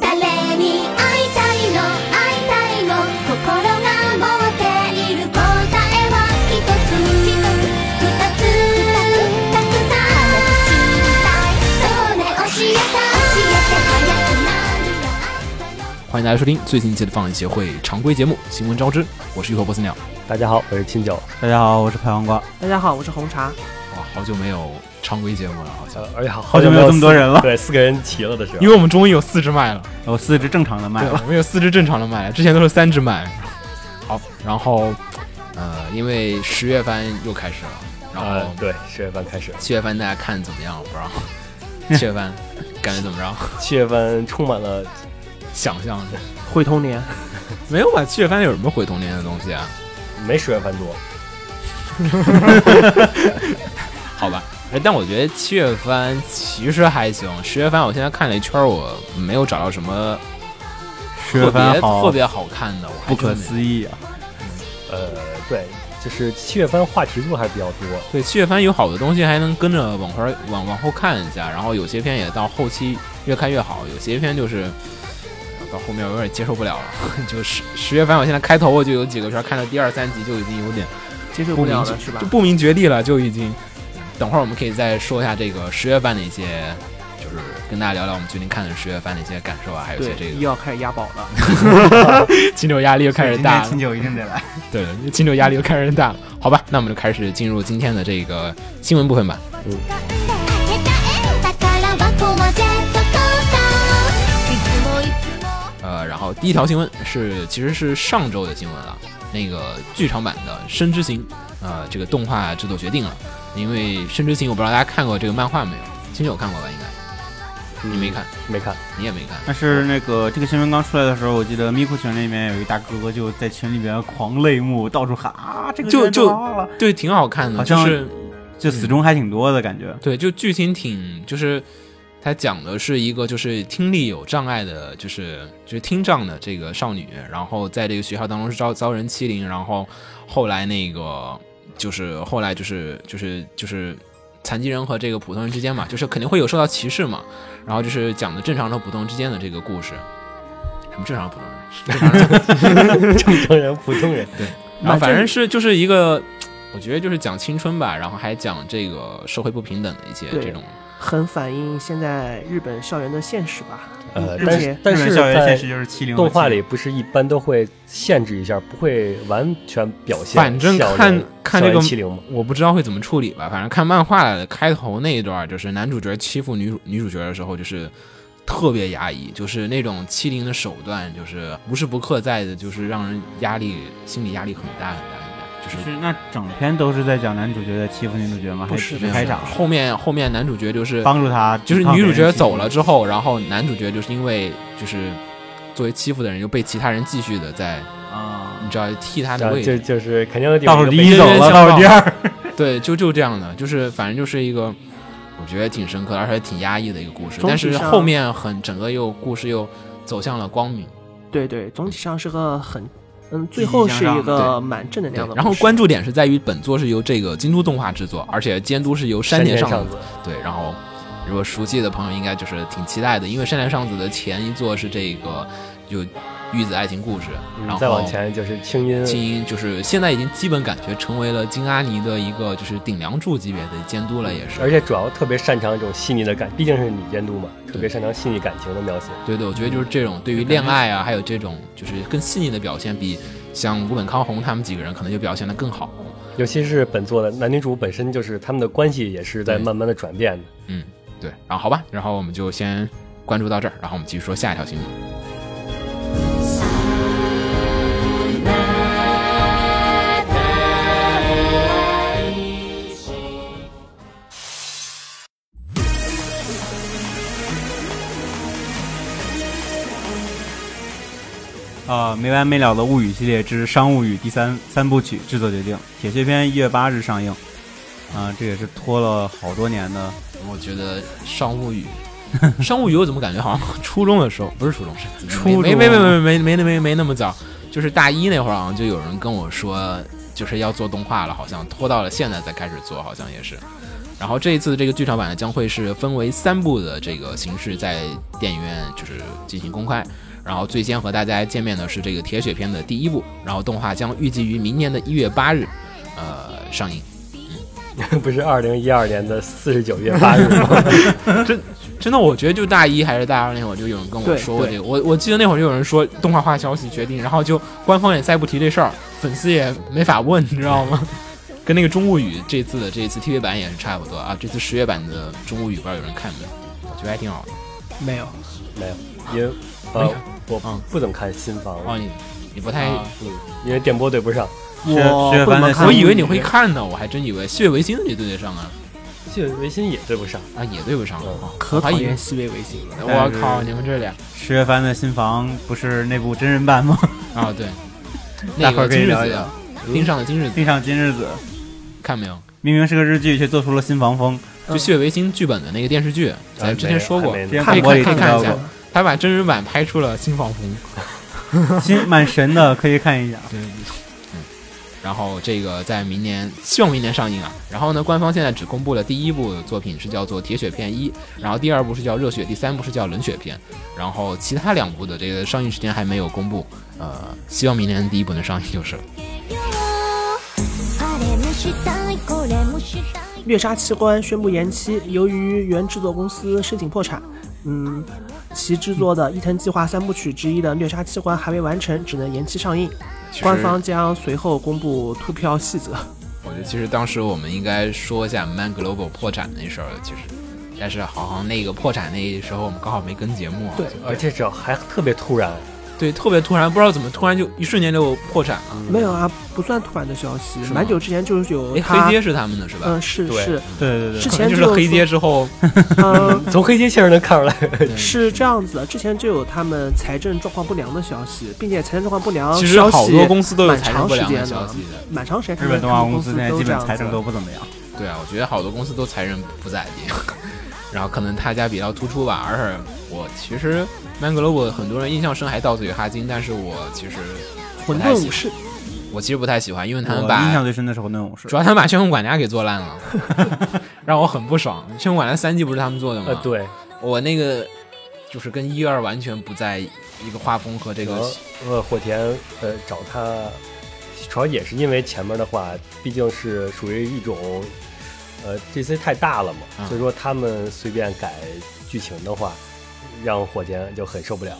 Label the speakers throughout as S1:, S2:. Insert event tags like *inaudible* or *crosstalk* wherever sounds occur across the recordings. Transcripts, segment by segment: S1: 誰に会いたいの会いたいの心が持っている答えは一つ二つたくさんそれ教えた教えて早くなるよ
S2: 欢迎大家收听最新一期的放映协会常规节目《新闻招知》，我是鱼头波斯鸟。
S3: 大家好，我是清酒。
S4: 大家好，我是拍黄瓜。
S5: 大家好，我是红茶。
S2: 哇，好久没有常规节目了，好像
S3: 呃，，而且好
S4: 哎好久没有这么多人了
S3: 四对，四个人齐了的时候
S2: 因，为我们终于有四支麦了，
S4: 我四只正常的麦
S2: 对，
S4: 了，
S2: 我们有四支正常的麦了，之前都是三支麦。好，然后呃，因为十月番又开始了，然
S3: 呃
S2: 后，
S3: 对，十月份开始，
S2: 七月番大家看怎么样？不知道， *laughs* 七月番感觉怎么着？ *laughs*
S3: 七月份充满了
S2: 想象
S5: 会童年，
S2: 没有吧？七月番有什么毁童年的东西啊？
S3: 没十月份多，
S2: 好吧，哎但我觉得七月番其实还行，十月番我现在看了一圈儿，我没有找到什么
S4: 十
S2: 特
S4: 月
S2: 别
S4: 份
S2: 特
S4: 好
S2: 别好看的，我还
S4: 不可
S2: 真没有
S4: 思议啊！
S3: 呃，对，就是七月份话题度还是比较多，
S2: 对，七月番有好的东西还能跟着往后往往后看一下，然后有些片也到后期越看越好，有些片就是呃到后面我有点接受不了了。 *laughs* 就十十月番，我现在开头我就有几个片儿看到第二三集就已经有点
S5: 接受
S2: 不
S5: 不
S2: 明
S5: 了
S2: 觉
S5: 了是吧
S2: 就？不明觉厉了，就已经。等会儿我们可以再说一下这个十月番的一些，就是跟大家聊聊我们最近看的十月番的一些感受啊，还有一些
S5: 对，
S2: 这
S5: 医
S2: 个
S5: 药开始压宝了。
S2: *laughs* 金牛压力又开始大了。
S4: 酒一定得来。
S2: 对，金牛压力又开始大了。好吧，那我们就开始进入今天的这个新闻部分吧。
S1: 「あげた縁宝箱はジェットコースター」「いつもいつも」
S2: 呃，然后第一条新闻是其实是上周的新闻了，那个剧场版的《深之行》，呃，这个动画制作决定了，因为《深之行》我不知道大家看过这个漫画没有，清酒看过吧？应该你没看，
S3: 嗯没看， *laughs*
S2: 你也没看。
S4: 但是那个这个新闻刚出来的时候，我记得咪咕群里面有一大哥就在群里面狂泪目，到处喊啊，这个
S2: 就
S4: 人
S2: 就
S4: 怎么了
S2: 对，挺好看的，
S4: 好
S2: 就
S4: 像
S2: 是
S4: 就死忠还挺多的感觉。
S2: 对，就剧情挺就是。它讲的是一个就是听力有障碍的，就是就是听障的这个少女，然后在这个学校当中是遭遭人欺凌，然后后来那个就是后来就是就是就是残疾人和这个普通人之间嘛，就是肯定会有受到歧视嘛，然后就是讲的正常和普通人之间的这个故事，什么正常和普通人，正常人
S3: 正常人、普通人，
S2: 然后
S4: 那
S2: 反
S4: 这
S2: 正是就是一个，我觉得就是讲青春吧，然后还讲这个社会不平等的一些
S5: 对
S2: 这种。
S5: 很反映现在日本校园的现实吧？
S2: 嗯
S3: 呃，
S5: 日
S3: 但
S5: 本
S3: 是但
S4: 日本
S3: 是
S4: 校园现
S3: 在
S4: 实就是欺凌和
S3: 动画
S4: 欺凌
S3: 里不是一般都会限制一下，不会完全表现校
S2: 反
S3: 园，
S2: 正看看这
S3: 校
S2: 个
S3: 园欺凌嘛，
S2: 我不知道会怎么处理吧，反正看漫画的开头那一段，就是男主角欺负女主女主角的时候，就是特别压抑，就是那种欺凌的手段，就是无时不刻在的，就是让人压力心理压力很大很大很大，就是
S4: 是那整篇都是在讲男主角在欺负女主角吗？还
S2: 不
S4: 只
S2: 是
S4: 是开场
S2: 后面后面男主角就是
S4: 帮助他，
S2: 就是
S4: 帮
S2: 女主
S4: 别人
S2: 角
S4: 欺负
S2: 走了之后，然后男主角就是因为就是作为欺负的人，又被其他人继续的在，
S4: 啊
S2: 你，知道替他的
S3: 啊
S2: 位
S3: 就
S2: 置，
S3: 就是肯定有
S4: 倒数
S3: 个
S4: 第
S3: 被
S4: 一
S2: 对
S4: 走
S2: 对
S4: 了，
S2: 对
S4: 倒数第
S2: 像
S4: 二，
S2: 对，就就这样的，就是反正就是一个我觉得挺深刻，而且挺压抑的一个故事，
S5: 总体
S2: 但是
S5: 上
S2: 后面很整个又故事又走向了光明，
S5: 对对，总体上是个很，嗯，最后是一个蛮正能
S2: 对
S5: 量的。，
S2: 然后关，注点是在于本作是由这个京都动画制作，而且监督是由山田尚
S3: 上
S2: 子，对，然后。如果熟悉的朋友应该就是挺期待的，因为山田尚子的前一作是这个就《玉子爱情故事》，然后
S3: 嗯再往前就是清音，
S2: 金英就是现在已经基本感觉成为了金阿尼的一个就是顶梁柱级别的监督了，也是。
S3: 而且主要特别擅长这种细腻的感，毕竟是女监督嘛，
S2: 对
S3: 特别擅长细腻感情的描写。
S2: 对对，我觉得就是这种对于恋爱啊，还有这种就是更细腻的表现，比像吴本康弘他们几个人可能就表现的更好。
S3: 尤其是本作的男女主本身就是他们的关系也是在
S2: 对
S3: 慢慢的转变的。 *laughs*
S2: 嗯，对。然后好吧，然后我们就先关注到这儿，然后我们继续说下一条新闻。
S4: 啊，没完没了的物语系列之《商务语》第三三部曲制作决定，铁血篇一月八日上映。啊、这也是拖了好多年的，
S2: 我觉得《商务语》，《商务语》我怎么感觉好像 *laughs* 初中的时候，不是初中，是
S4: 初
S2: 没
S4: 中
S2: 没没没没没没没没那么早，就是大一那会儿好像就有人跟我说，就是要做动画了，好像拖到了现在才开始做，好像也是。然后这一次的这个剧场版呢，将会是分为三部的这个形式在电影院就是进行公开。然后最先和大家见面的是这个铁血篇的第一部，然后动画将预计于明年的一月八日，呃上映。
S3: 不是二零一二年的四十九月八日吗？ *laughs*
S2: 真的，我觉得就大一还是大二那会儿，就有人跟我
S5: 对
S2: 说过
S5: 对
S2: 这个。我我记得那会儿就有人说动画化消息决定，然后就官方也再不提这事儿，粉丝也没法问，你知道吗？ *laughs* 跟那个《中物语》这次的这次 TV 版也是差不多啊。这次十月版的《中物语》不知道有人看没有？我觉得还挺好的。
S5: 没有，
S3: 没有，因为
S2: 没
S3: 呃
S2: 看，
S3: 我
S2: 嗯
S3: 不怎么看新番，
S2: 哦，你你不太，
S4: 啊
S3: 嗯，因为电波对不上。
S4: 薛
S5: 我
S4: 薛
S5: 不
S4: 帆
S5: 怎么
S4: 在
S5: 看
S4: 想
S2: 我以为你会看呢，我还真以为《血维新》你对得上啊
S3: 这个维新也对不上，
S2: 啊也对不上
S3: 嗯
S2: 啊，
S5: 可
S2: 我还
S5: 讨
S2: 以
S5: 厌
S2: 为。
S5: 西北维新了。
S2: 我靠！你们这俩
S4: 十月番的新房不是那部真人版吗？
S2: 啊，对，
S4: 大
S2: 那
S4: 伙
S2: 个
S4: 儿可以
S2: 今日
S4: 聊一嗯
S2: 子
S4: 聊，
S2: 盯上了今日子，
S4: 地上今日子
S2: 看没有？
S4: 明明是个日剧，却做出了新房风。
S2: 就《血维新》剧本的那个电视剧，咱之前说过，
S3: 啊还没呢
S4: 之前
S2: 可以
S4: 看我也
S2: 看
S4: 听
S2: 看
S4: 到
S2: 一下
S4: 过，，
S2: 他把真人版拍出了新仿佛。
S4: 新蛮神的，可以看一下。
S2: 对，嗯。然后这个在明年，希望明年上映啊。然后呢，官方现在只公布了第一部作品是叫做《铁血片一》，然后第二部是叫《热血》，第三部是叫《冷血片》，然后其他两部的这个上映时间还没有公布。呃，希望明年第一部能上映就是了。
S1: あれもしたいこれもしたい
S5: 猎杀器官宣布延期，由于原制作公司申请破产，嗯，其制作的伊藤计划三部曲之一的《猎杀器官》还未完成，只能延期上映。
S2: 其实
S5: 官方将随后公布突票细则。
S2: 我觉得其实当时我们应该说一下 Man Global 破产那事儿，其实，但是好像那个破产那时候我们刚好没跟节目、啊，
S5: 对，
S3: 而且这还特别突然，
S2: 对，特别突然，不知道怎么突然就一瞬间就破产了。
S5: 没有啊，不算突然的消息，
S2: 嗯是吗
S5: 蛮久之前就是有
S2: 哎，
S5: 他
S2: 黑，街是他们的是吧？
S5: 嗯，是
S3: 对
S5: 是，
S4: 对对对，
S5: 之
S2: 可能 *laughs*
S5: 前
S2: 就
S5: 就是有
S2: 黑
S5: 说
S2: 街
S5: *laughs*
S2: 之后， *laughs*
S5: 嗯，
S3: 从黑街先生能看出来，
S5: 是这样子的，之前就有他们财政状况不良的消息，并且财政状况不良
S2: 其实
S5: 消息
S2: 好多公司都有
S5: 蛮
S2: 财政
S5: 长
S2: 不
S5: 时
S2: 良的
S5: 间
S2: 消
S5: 了
S2: 息，的。
S5: 蛮长时间他
S4: 日
S5: 们
S4: 本动画
S5: 他
S4: 公
S5: 们公
S4: 司
S5: 司
S4: 现在
S5: 都
S4: 基
S5: 这
S4: 本
S5: 样
S4: 财政
S5: 子
S4: 都不怎么样。
S2: 对啊，我觉得好多公司都财政不咋地，然后可能他家比较突出吧。而且我其实 Manglobe 很多人印象深还到嘴哈金，但是我其实不
S5: 混
S2: 太
S5: 沌
S2: 喜
S5: 武
S2: 欢，
S5: 士
S2: 我其实不太喜欢，因为他们
S4: 我印象
S2: 把
S4: 最深的是《混沌武士
S2: 主》，要他们把《旋风管家》给做烂
S4: *laughs*
S2: 了，让我很不爽。《旋风管家》三季不是他们做的吗？
S3: 呃， *laughs* 对，
S2: 我那个就是跟一二完全不在一个画风和这个
S3: 呃，呃，火田呃找他，主要也是因为前面的话，毕竟是属于一种，呃，DC 太大了嘛，
S2: 嗯
S3: 所以说他们随便改剧情的话，让火田就很受不了，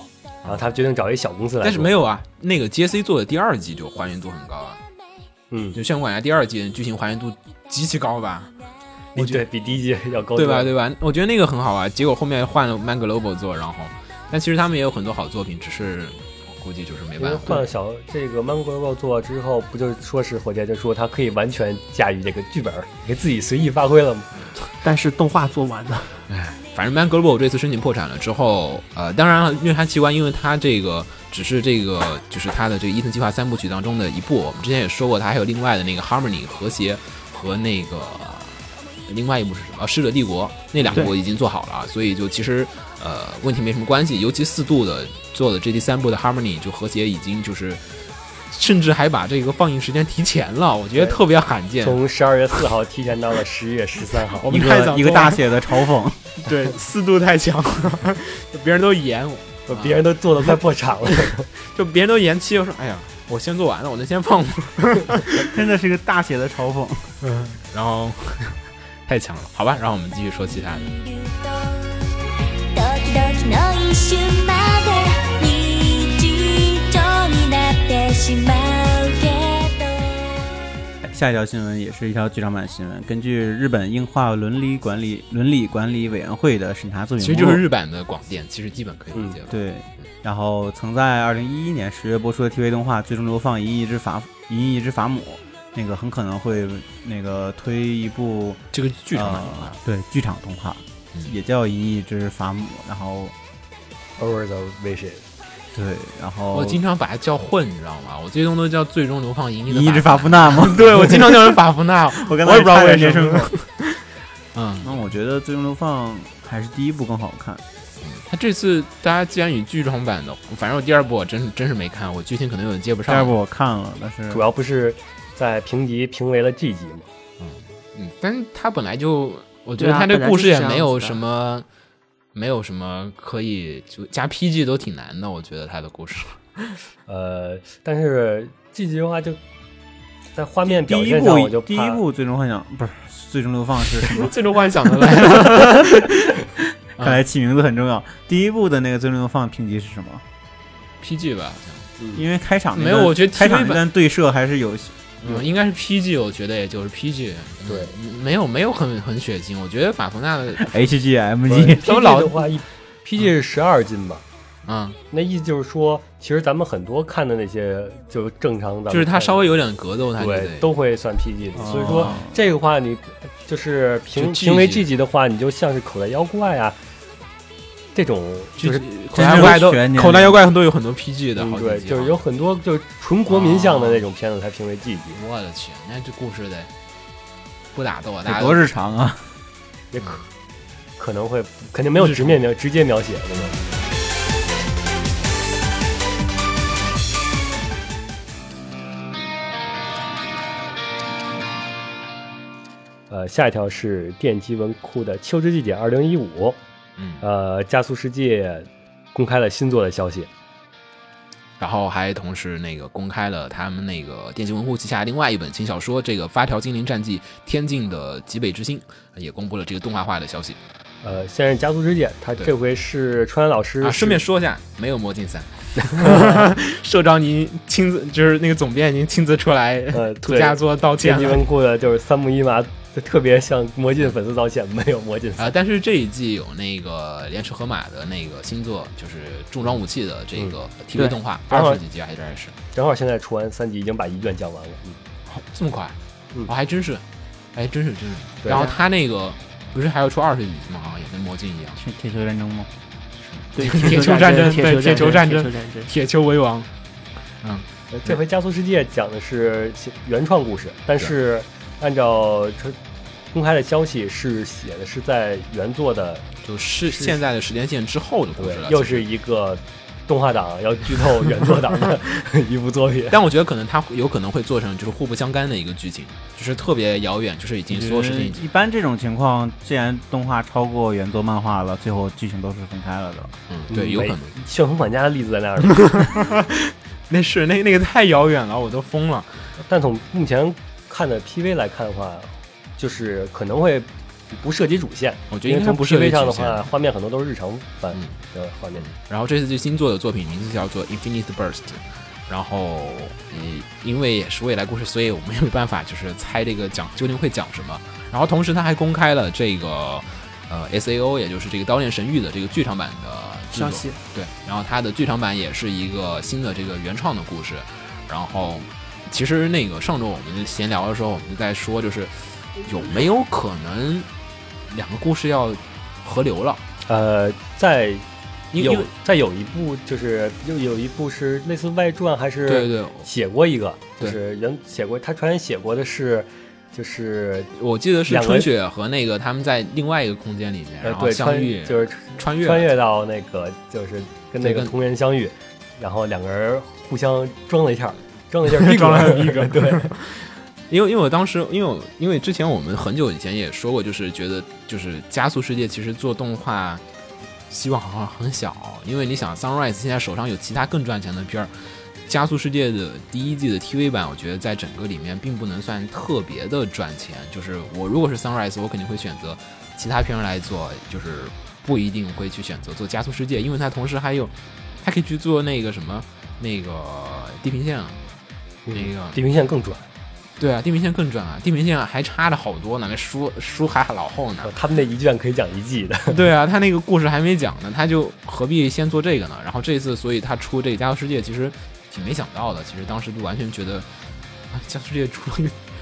S3: 然后他决定找一小公司来，
S2: 但是没
S3: 有，
S2: 有啊，那个 J C 做的第二季就还原度很高啊，
S3: 嗯，
S2: 就《炫舞管家》第二季剧情还原度极其高吧，我觉
S3: 对比第一季要高，
S2: 对吧？？对吧？我觉得那个很好啊。结果后面换了 Man Global 做，然后，但其实他们也有很多好作品，只是我估计就是没
S3: 因为
S2: 办
S3: 换
S2: 法。
S3: 了小这个 Mango 做之后，不就说是火箭就说他可以完全驾驭这个剧本，给自己随意发挥了吗？
S5: 但是动画做完
S2: *laughs*
S5: 了，
S2: 反正 Man Global 这次申请破产了之后，呃，当然了，因为它器官，因为它这个只是这个就是它的这个伊藤计划三部曲当中的一部。我们之前也说过，它还有另外的那个 Harmony 和谐和那个另外一部是什么？啊使者帝国那两部
S5: 对
S2: 已经做好了啊，所以就其实呃问题没什么关系。尤其四度的做的这第三部的 Harmony 就和谐已经就是。甚至还把这个放映时间提前了，我觉得
S3: 对
S2: 特别罕见。
S3: 从十二月四号提前到了十一月十三号，
S2: 我
S4: 一
S2: 们太早
S4: 个一个
S2: 做
S4: 大
S2: 了
S4: 写的嘲讽。
S2: 对四度太强了，别人都演我。
S3: 我别人都做的快破产了。
S2: 就别人都延期，我说哎呀，我先做完了，我能先放吗？
S4: 真的是一个大写的嘲讽。
S2: *laughs* 然后 *laughs* 太强了，好吧，然后我们继续说其他的。
S1: ドキドキの一瞬まで日常になってしまうけど
S4: 下一条新闻也是一条剧场版新闻，根据日本映画伦理管理伦理管理委员会的审查作品，
S2: 其实就是日版的广电，其实基本可以理解了。
S4: 对，然后曾在二零一一年十月播出的 TV 动画《最终流放：银翼之法银翼之法母》，那个很可能会那个推一部
S2: 这个剧场版的话
S4: 呃，对剧场动画，
S2: 嗯
S4: 也叫《银翼之法母》，然后
S3: Over the wishes，
S4: 对，然后
S2: 啊我经常把它叫混，你知道吗？我最终都叫最终流放银翼的
S4: 银翼之
S2: 法
S4: 法夫纳吗？
S2: *laughs* 夫。对，我经常叫人法夫纳，
S4: *laughs* 我
S2: *laughs*
S4: 刚
S2: 我
S4: 才
S2: 也不知道
S4: 差点
S2: 为什
S4: 说
S2: 么
S4: 出口。
S2: 嗯，
S4: 那我觉得《最终流放》还是第一部更好看。
S2: 他这次大家既然以剧场版的，反正我第二部我真真是没看，我剧情可能有点接不
S4: 第
S2: 上。
S4: 二部我看了，但
S2: 嗯
S4: 是
S3: 主要不是在评级评为了 G 级嘛？
S2: 嗯，但是它本来就我觉得
S5: 对啊
S2: 他这
S5: 本来
S2: 故
S5: 就
S2: 事
S5: 是
S2: 也
S5: 这
S2: 没
S5: 样
S2: 有
S5: 子的
S2: 什么，没有什么可以就加 PG 都挺难的，我觉得他的故事。
S3: 呃，但是这句话就在画面
S4: 第
S3: 表
S4: 一
S3: 现上，我
S4: 部
S3: 就
S4: 第
S3: 怕
S4: 一部最终幻想不是最终流放
S3: *laughs*
S4: 是什
S2: *laughs*
S4: 么？
S2: 最终幻想 *laughs* 的来了，
S4: 看来起名字很重要。第一部的那个最终流放评级是什么？
S2: PG 吧，好像
S4: 因为开场那
S2: 没有
S4: 段
S2: 我觉得
S4: 开场
S2: TV
S4: 那段对射还是有
S3: *laughs*
S2: 嗯，应该是 PG，我觉得也就是 PG，嗯 *laughs*
S3: 对，
S2: 没有没有很很血腥，我觉得法芙娜的
S4: HGM
S3: 不是
S4: 级。
S2: 他们老
S3: PG 的话一 PG 是十二斤吧？
S2: 嗯，
S3: 那意思就是说，其实咱们很多看的那些就正常的，
S2: 就是他稍微有点格斗，他就
S3: 对
S2: 得
S3: 都会算 PG 的，
S4: 哦
S3: 所以说这个话你就是
S2: 就
S3: 评
S2: G
S3: 评为
S2: 级
S3: G 级的话，你就像是口袋妖怪啊这种，就是
S2: 口袋妖怪都
S4: 真正全年龄
S2: 口袋妖怪都有很多 PG 的，
S3: 嗯
S2: 好几
S3: 对，
S2: 集
S3: 就是
S2: 好
S3: 有很多就是纯国民向的那种片子才评为 G 级，
S2: 我的去，那这故事得不打斗啊，
S4: 得
S2: 打
S4: 多日常啊！
S3: 也可
S2: 嗯
S3: 可能会肯定没有直面描直接描写那种。呃，下一条是电击文库的《秋之祭典二零一五》，
S2: 嗯，
S3: 呃，加速世界公开了新作的消息。
S2: 然后还同时那个公开了他们那个电击文库旗下另外一本轻小说，这个《发条精灵战记：天境的极北之星》也公布了这个动画化的消息
S3: 呃，先是加速世界，他
S2: 对
S3: 这回是川原老师
S2: 啊。顺便说一下，没有魔镜三，社长您亲自就是那个总编您亲自出来
S3: 呃
S2: 土家做道歉
S3: 电击
S2: 了
S3: 文库的就是三木一麻，就特别向魔镜粉丝道歉，没有魔镜
S2: 啊、但是这一季有那个莲池河马的那个新作，就是重装武器的这个 TV
S3: 对
S2: 动画，
S3: 然后
S2: 二十几集还是二十，
S3: 正好现在出完三集，已经把一卷讲完了。嗯
S2: 哦这么快？
S3: 嗯
S2: 哦，还真是，还真是真是。
S3: 对
S2: 然后他那个不是还要出二十几集吗？好像也跟魔镜一样。
S4: 是铁球战争吗？
S5: 对，
S2: 铁球战争对
S5: 铁
S2: 铁球战
S5: 铁
S2: 争
S5: 球战争。
S2: 铁球为王，
S3: 呃这回《加速世界》讲的是其原创故事，但是按照这公开的消息是写的是在原作的，
S2: 就是现在的时间线之后的故
S3: 对
S2: 事了。
S3: 又
S2: 其实
S3: 是一个动画党要剧透原作党
S2: *laughs*
S3: 的一部作品。
S2: 但我觉得可能它有可能会做成就是互不相干的一个剧情，就是特别遥远，就是已
S3: 嗯
S2: 经所有事情已经
S4: 一般这种情况，既然动画超过原作漫画了，最后剧情都是分开了的。
S2: 嗯，对，有可能。
S3: 《旋风管家》的例子在那儿呢，
S2: 那是那那个太遥远了，我都疯了。
S3: 但从目前看的 PV 来看的话，就是可能会不涉及主线。
S2: 我觉
S3: 因
S2: 得应
S3: 为
S2: 该
S3: 从
S2: 不是
S3: PV 上的
S2: 主线
S3: 话，画面很多都是日常版
S2: 嗯
S3: 的画面。
S2: 然后这次最新做的作品名字叫做《Infinite Burst》，然后嗯，因为也是未来故事，所以我们也没办法就是猜这个讲究竟会讲什么。然后同时他还公开了这个呃 S A O，也就是这个《刀剑神域》的这个剧场版的制作
S5: 消息，
S2: 对，然后它的剧场版也是一个新的这个原创的故事。然后其实那个上周我们闲聊的时候，我们就在说，就是有没有可能两个故事要合流了？
S3: 呃，在
S2: 因为因
S3: 有
S2: 为
S3: 在有一部就是又有一部是类似外传还是
S2: 对对，
S3: 写过一个，就
S2: 对
S3: 是原写过他传言写过的是就是
S2: 我记得是
S3: 两个
S2: 春雪和那个他们在另外一个空间里面，
S3: 呃
S2: 然后
S3: 对
S2: 相
S3: 穿
S2: 遇，
S3: 就是
S2: 穿越
S3: 穿越到那个就是跟那
S2: 对
S3: 个
S2: 跟
S3: 同人相遇，然后两个人互相装了一下，
S2: *laughs*
S3: 装了一下逼
S2: 装了
S3: 一个对，
S2: 因为因为我当时因为我因为之前我们很久以前也说过，就是觉得就是加速世界其实做动画希望好像很小，因为你想 Sunrise 现在手上有其他更赚钱的片儿。加速世界的第一季的 TV 版，我觉得在整个里面并不能算特别的赚钱。就是我如果是 Sunrise，我肯定会选择其他片儿来做，就是不一定会去选择做加速世界，因为它同时还有，它可以去做那个什么那个地平线，啊，
S3: 嗯
S2: 那个
S3: 地平线更准，
S2: 对啊，地平线更赚啊，地平线还差的好多呢，那书书还老厚
S3: *laughs*
S2: 呢。
S3: 他们那一卷可以讲一季的，
S2: 对啊，他那个故事还没讲呢，他就何必先做这个呢？然后这一次，所以他出这个《加速世界》其实挺没想到的，其实当时就完全觉得啊，《加速世界》出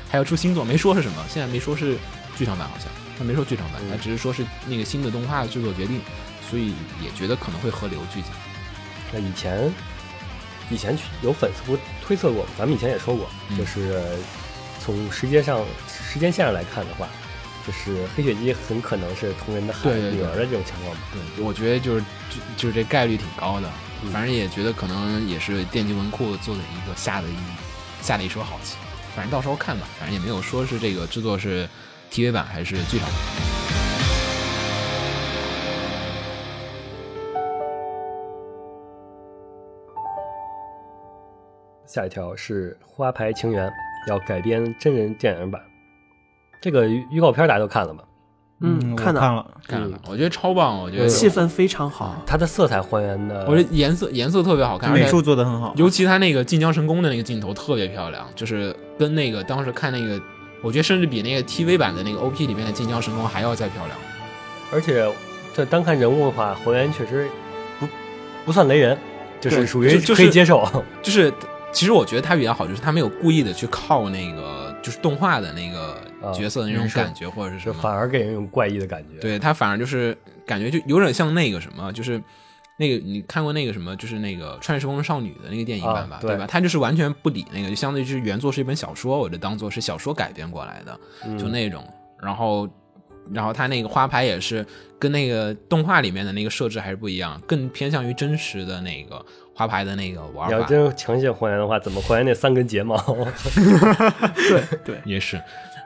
S2: 还要出新作，没说是什么，现在没说是剧场版好像，他没说剧场版，他只是说是那个新的动画制作决定，所以也觉得可能会合流剧情。
S3: 那以前以前有粉丝不推测过，咱们以前也说过，
S2: 嗯
S3: 就是从时间上时间线上来看的话，就是黑雪姬很可能是同人的孩
S2: 对对对
S3: 女儿的这种情况吧。
S2: 对，我觉得就是就就是这概率挺高的，
S3: 嗯
S2: 反正也觉得可能也是电击文库做的一个下的一下的一手好棋，反正到时候看吧，反正也没有说是这个制作是 TV 版还是剧场版。
S3: 下一条是《花牌情缘》要改编真人电影版，这个预预告片大家都看了吧？
S5: 嗯，
S4: 我
S5: 看了，
S4: 看了，
S2: 看了，我觉得超棒，我觉得
S3: 嗯
S5: 气氛非常好。
S3: 它的色彩还原的，
S2: 我觉得颜色颜色特别好看，而
S4: 美
S2: 且
S4: 术做的很好，
S2: 尤其他那个晋江神功的那个镜头特别漂亮，就是跟那个当时看那个，我觉得甚至比那个 TV 版的那个 OP 里面的晋江神功还要再漂亮。
S3: 而且这单看人物的话，还原确实不不算雷人，就是
S2: 对
S3: 属于
S2: 就就是
S3: 可以接受。
S2: 就是其实我觉得他比较好，就是他没有故意的去靠那个就是动画的那个角色的那种感觉或者是
S3: 就
S2: 什
S3: 反
S2: 么，
S3: 而给人一种怪异的感觉。，
S2: 对他反而就是感觉就有点像那个什么，就是。那个你看过那个什么，就是那个《穿越时空的少女》的那个电影版吧，
S3: 啊对
S2: 对吧？他就是完全不理那个，就相当于就是原作是一本小说，我就当做是小说改编过来的。就那种。然后，然后它那个花牌也是跟那个动画里面的那个设置还是不一样，更偏向于真实的那个花牌的那个玩
S3: 你要
S2: 法。
S3: 真强行还原的话，怎么还原那三根睫毛？ *laughs*
S2: 也是，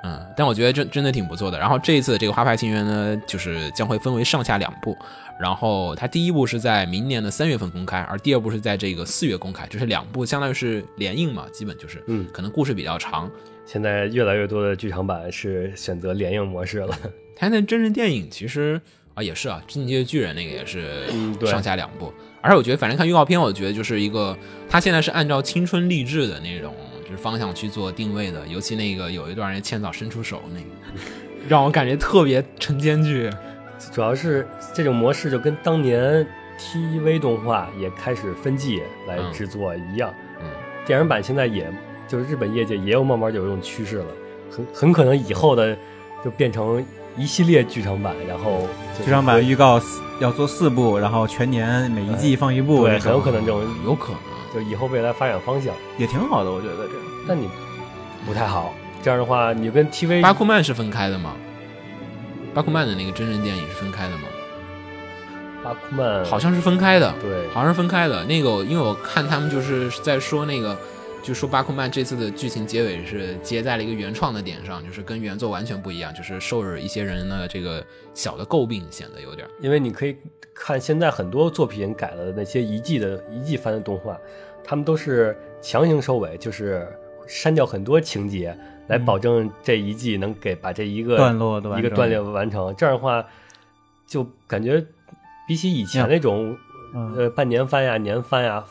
S2: 嗯，但我觉得真真的挺不错的。然后这一次这个《花牌情缘》呢，就是将会分为上下两部，然后它第一部是在明年的三月份公开，而第二部是在这个四月公开，这是两部相当于是联映嘛，基本就是，
S3: 嗯
S2: 可能故事比较长。
S3: 现在越来越多的剧场版是选择联映模式了。 *laughs*
S2: 它那真人电影其实啊也是啊，《进击的巨人》那个也是
S3: 嗯对
S2: 上下两部，而且我觉得反正看预告片，我觉得就是一个它现在是按照青春励志的那种就是方向去做定位的，尤其那个有一段人欠嫂伸出手那
S3: *laughs*
S2: 个，让我感觉特别晨间剧。
S3: 主要是这种模式就跟当年 TV 动画也开始分季来制作一样，
S2: 嗯，
S3: 电影版现在也就是日本业界也有慢慢有这种趋势了，很很可能以后的就变成一系列剧场版，然后就是
S4: 剧场版预告四要做四部，然后全年每一季放一部，
S3: 对
S4: 这
S3: 很有
S4: 种
S3: 可能这种
S2: 啊有可能。
S3: 就以后未来发展方向。
S4: 也挺好的，我觉得这个
S3: 那你不太好，这样的话你就跟 TV
S2: 巴库曼是分开的吗？巴库曼的那个真人电影是分开的吗？
S3: 巴库曼
S2: 好像是分开的。
S3: 对
S2: 好像是分开的。那个，因为我看他们就是在说那个，就说巴库曼这次的剧情结尾是接在了一个原创的点上，就是跟原作完全不一样，就是受着一些人的这个小的诟病，显得有点儿。
S3: 因为你可以看现在很多作品改了那些一季的一季番的动画，他们都是强行收尾，就是删掉很多情节，来保证这一季能给把这一个
S4: 段落的完
S3: 一
S4: 整
S3: 个段落完成。这样的话，就感觉比起以前那种、
S4: 嗯
S3: 呃半年番呀、年番呀，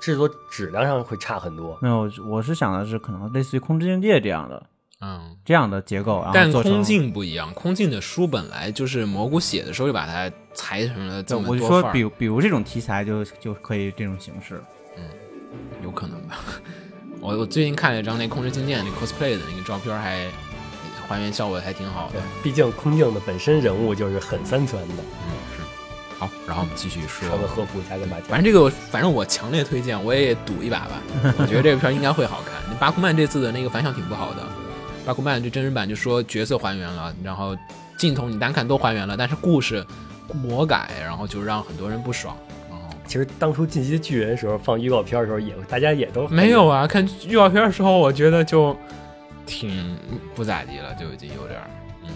S3: 制作质量上会差很多。
S4: 没有，我是想的是可能类似于《空之境界》这样的
S2: 嗯，
S4: 这样的结构，然
S2: 但
S4: 后做成
S2: 空镜不一样，空镜的书本来就是蘑菇写的时候就把它裁成了
S4: 对，
S2: 这
S4: 我
S2: 么
S4: 就
S2: 多
S4: 说
S2: 份儿
S4: 比如比如这种题材就就可以这种形式，
S2: 有可能吧。 *laughs* 我我最近看了一张那《空之境界》那 cosplay 的那个照片儿还还原效果还挺好的
S3: 对。，毕竟空镜的本身人物就是很三全的，
S2: 嗯，是。好，然后我们继续说
S3: 穿个和服加个马甲
S2: 反。正这个，反正我强烈推荐，我也赌一把 *laughs* 吧。我觉得这个片儿应该会好看。那巴库曼这次的那个反响挺不好的，巴库曼这真人版就说角色还原了，然后镜头你单看都还原了，但是故事魔改，然后就让很多人不爽。然后
S3: 其实当初《进击的巨人》的时候放预告片的时候也，大家也都
S2: 没有啊，看预告片的时候，我觉得就挺不咋地了，就已经有点儿，嗯，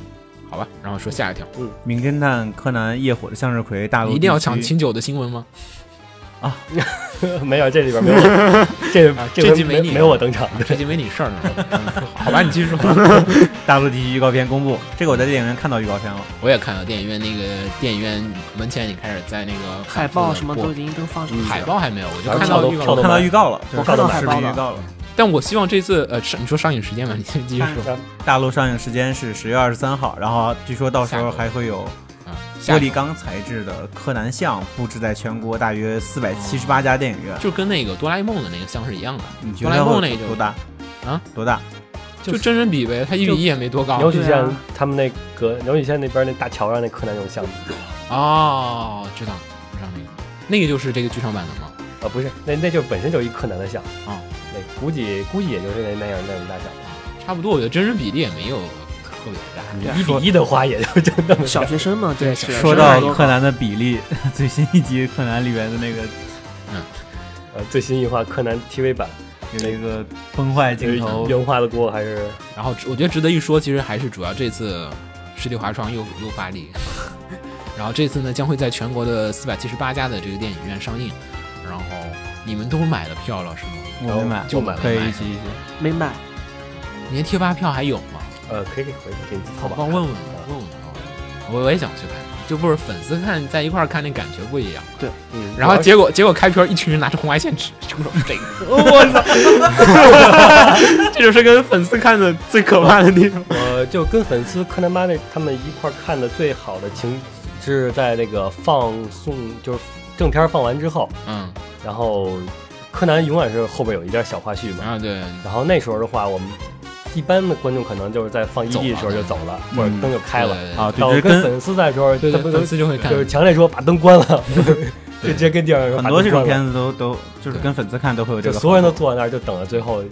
S2: 好吧。然后说下一条，
S4: 《名侦探柯南：夜火的向日葵》大陆
S2: 你一定要
S4: 地区
S2: 抢秦九的新闻吗？
S3: *laughs* 没有这里边没
S2: *laughs*
S3: 有这这
S2: 啊这集
S3: 回没
S2: 没你
S3: 没有我登场
S2: 啊
S3: 的。
S2: 这就没你事儿是吧？嗯 *laughs* 好吧，你继续说。
S4: 大陆地区预告片公布，这个我在电影院看到预告片了，
S2: 我也看到电影院那个电影院门前，你开始在那个
S5: 海
S2: 反复地
S5: 报什么
S2: 播嗯
S5: 都已经都放上去了，
S2: 海报还没有，我就
S3: 然后
S2: 看
S3: 跳
S2: 到
S3: 楼
S2: 预告
S3: 跳
S2: 片。
S3: 楼
S4: 看到预告了，就是
S3: 我看到
S4: 视频
S5: 海报了
S4: 预告了。
S2: 但我希望这次呃，是你说上映时间吧，你先继续说。
S4: 大陆上映时间是十月二十三号，然后据说到时
S2: 下
S4: 候
S2: 周
S4: 还会有
S2: 啊，下
S5: 嗯
S4: 玻
S2: 一
S4: 璃
S2: 个
S4: 钢材质的柯南像布置在全国大约四百七十八家电影院。
S2: 就跟那个哆啦 A 梦的那个像是一样的
S4: 你，觉
S2: 哆啦 A
S4: 得
S2: 梦
S4: 会
S2: 那
S4: 多
S2: 个
S4: 大？
S2: 啊，
S4: 多大？
S2: 就就真人比呗，它一比一也没多高
S3: 鸟取
S5: 对
S3: 县
S5: 啊
S3: 他们那个鸟取县那边那大桥上那柯南有像吗
S2: 哦，知道知道那个，那个就是这个剧场版的吗？
S3: 啊，不是，那那就本身就一柯南的像
S2: 啊，
S3: 那估计估计也就是那那样那种大小，
S2: 差不多，我觉得真人比例也没有特别大。
S3: 一
S4: 说
S3: 比一的话也就就那么
S5: 小
S3: 大。
S5: 学生嘛，
S2: 对啊
S5: 真是
S4: 说
S5: 生日
S4: 到
S5: 都
S4: 柯南的比例， *laughs* 最新一集柯南里面的那个
S3: 呃，最新一话柯南 TV 版
S4: 有一个崩坏镜头，
S3: 原画的锅还是
S2: 然后值我觉得值得一说，其实还是主要这次实力华创又又发力，然后这次呢将会在全国的四百七十八家的这个电影院上映，然后你们都买了票了是吗？
S4: 我没买，
S2: 就买了
S4: 可以
S2: 买
S4: 一起一起。
S5: 没买，
S2: 你的贴吧票还有吗？
S3: 呃，可以给回给你淘宝
S2: 帮问
S3: 看
S2: 问我，问问我，我我也想去看，就不是粉丝看在一块儿看那感觉不一样。
S5: 对，
S3: 嗯
S2: 然后结果结果开篇一群人拿着红外线指指着 *laughs* 这个，
S5: 我操，
S2: 这就是跟粉丝看的最可怕的地方。
S3: 我就跟粉丝柯南妈那他们一块儿看的最好的情是在那个放送，就是正片儿放完之后，
S2: 嗯
S3: 然后柯南永远是后边有一点小花絮嘛。
S2: 啊对，
S3: 然后那时候的话，我们一般的观众可能就是在放一
S2: 走
S3: D
S2: 了
S3: 的时候就走了，或者灯就开了。
S2: 对
S4: 啊，
S3: 然后
S4: 对，就是
S3: 跟
S4: 跟
S3: 粉丝在的时候，
S2: 对
S3: 他
S2: 对，
S3: 们
S2: 粉
S3: 都
S2: 丝就会看
S3: 就。是强烈说把灯关了， *laughs* 就
S2: 对
S3: 直接跟电影院
S4: 很多这种
S3: 子，
S4: 片子都都就是
S2: 对
S4: 跟粉丝看都会有这
S3: 就
S4: 个好处，
S3: 所有人都坐在那儿就等着最后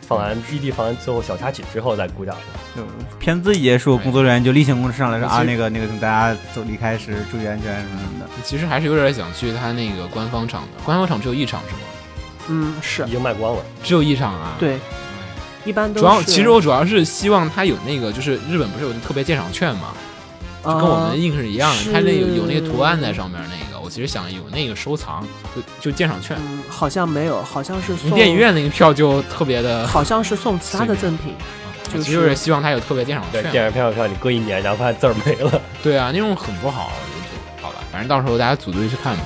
S3: 放完 E D 放完最后小插曲之后再鼓掌。
S4: 就片子一结束，
S2: 对
S4: 工作人员就例行公事上来说
S2: 其实
S4: 啊，那个那个，请大家走离开时注意安全什么什么
S3: *laughs*
S4: 的。
S2: 其实还是有点想去他那个官方场的，官方场只有一场是吗？
S5: 嗯，是
S3: 已经卖光了，
S2: 只有一场啊？。
S5: 对，一般都
S2: 主要
S5: 是
S2: 其实我主要是希望他有那个，就是日本不是有特别鉴赏券嘛，就跟我们的
S5: 呃
S2: 印是一样的，
S5: 是
S2: 它那有有那个图案在上面那个，我其实想有那个收藏，就就鉴赏券。
S5: 嗯好像没有，好像是
S2: 你
S5: 送
S2: 电影，院那个票就特别的，
S5: 好像是送其他的
S2: 随
S5: 赠品，
S2: 我
S5: 就
S2: 其
S5: 是
S2: 实就是希望它有特别鉴赏
S3: 对，
S2: 券。
S3: 电影票票你搁一年，然后发现字儿没了。
S2: 对啊，那种很不好，我觉得好吧，反正到时候大家组队去看吧。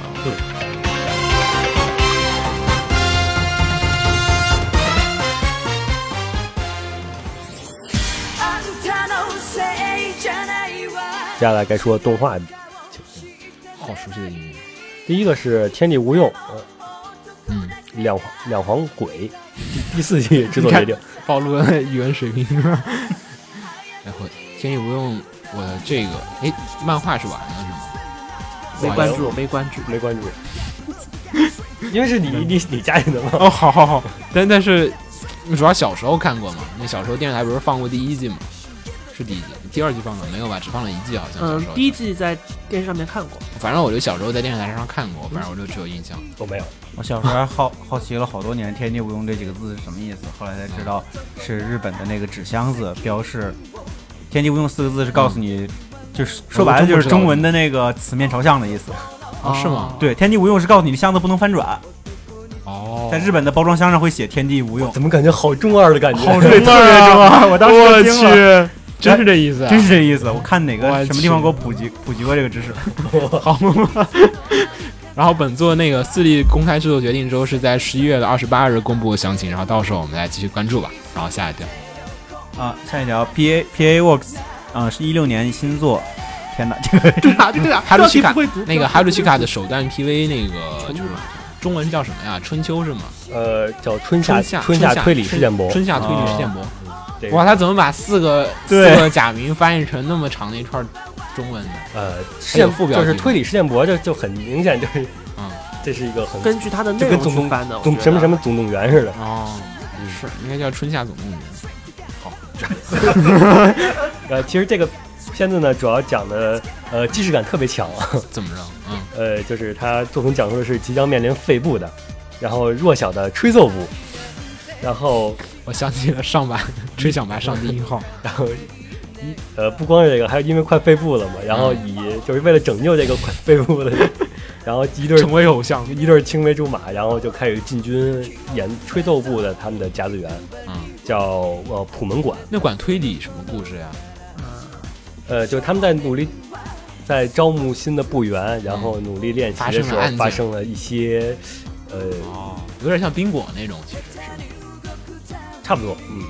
S3: 接下来该说动画，
S2: 好熟悉的音乐，
S3: 第一个是《天地无用》呃
S2: 嗯，
S3: 两黄两黄鬼第第四季制作决定，
S2: *laughs* 暴露了语文水平是吧？哎，我天意无用，我的这个哎，漫画是完了是吗？
S5: 没关注，没关注，
S3: 没关注，因为是你你你家里的嘛。
S2: 哦，好好好，但但是主要小时候看过嘛，那小时候电视台不是放过第一季嘛？是第一季，第二季放了没有吧？只放了一季，好像小
S5: 嗯
S2: 时候。，
S5: 第一季在电视上面看过，
S2: 反正我就小时候在电视台上看过，反正我就只有印象。
S3: 我没有，
S4: 我小时候还好好奇了好多年“天地无用”这几个字是什么意思，后来才知道是日本的那个纸箱子标示“天地无用”四个字是告诉你，就是说白了就是中文的那个词面朝向的意思。
S2: 哦是吗？
S4: 对，“天地无用”是告诉你箱子不能翻转，
S2: 哦，
S4: 在日本的包装箱上会写“天地无用
S3: 怎么感觉好中二的感觉？*laughs*
S4: 好中二啊对特别中二我当时我就惊了
S2: 去，真是这意思”，啊！
S4: 真是这意思。我看哪
S2: 我
S4: 个
S2: 去
S4: 什么地方给我普及普及过这个知识。
S2: *laughs*
S4: *laughs*
S2: 好。然后本作那个四例公开制作决定之后是在十一月的二十八日公布详情，然后到时候我们来继续关注吧。然后下一条，
S4: 啊，下一条 P A P A Works，啊、是一六年新作。天哪，这个
S2: 对啊对啊，哈鲁奇卡
S5: 标题不会读
S2: 那
S5: 标
S2: 个
S5: 题
S2: 哈鲁
S5: 不
S2: 奇
S5: 会
S2: 卡的首弹 PV 那个就是中文叫什么呀？春秋是吗？
S3: 呃，叫春夏
S2: 春夏
S3: 春夏推理事件簿，
S2: 春夏推理事件簿。
S3: 这
S2: 哇，
S3: 个
S2: 他怎么把四个四
S4: 对
S2: 个假名翻译成那么长的一串中文呢？
S3: 呃事
S2: 还有
S3: 件
S2: 副标
S3: 就是
S2: 题
S3: 推理事件簿，就就很明显就是
S2: 嗯，
S3: 这是一个很
S5: 根据它的内
S3: 就跟
S5: 容
S3: 总
S5: 去
S3: 动
S5: 翻的，我
S3: 总
S5: 觉
S3: 什么
S5: 得
S3: 什么总动员似的。
S2: 哦，是应该叫春夏总动员。
S3: 呃，其实这个片子呢，主要讲的呃既视感特别强，
S2: 怎么着？嗯，
S3: 呃，就是他作品讲述的是即将面临废部的，然后弱小的吹奏部，然后
S2: 我想起了上把吹响吧上帝一号。
S3: 然后一呃不光是这个，还有因为快废部了嘛，然后以就是为了拯救这个快废部的人，然后一对
S2: 成为偶像。
S3: 一对青梅竹马，然后就开始进军演吹奏部的他们的甲子园，
S2: 嗯，
S3: 叫呃普门馆，
S2: 那管推理什么故事呀？
S3: 呃，就是他们在努力。在招募新的部员，然后努力练习的
S2: 嗯
S3: 时
S2: 发生了
S3: 候
S2: 案件，
S3: 发生了一些，呃，
S2: 哦，有点像冰果那种，其实是
S3: 差不多，嗯，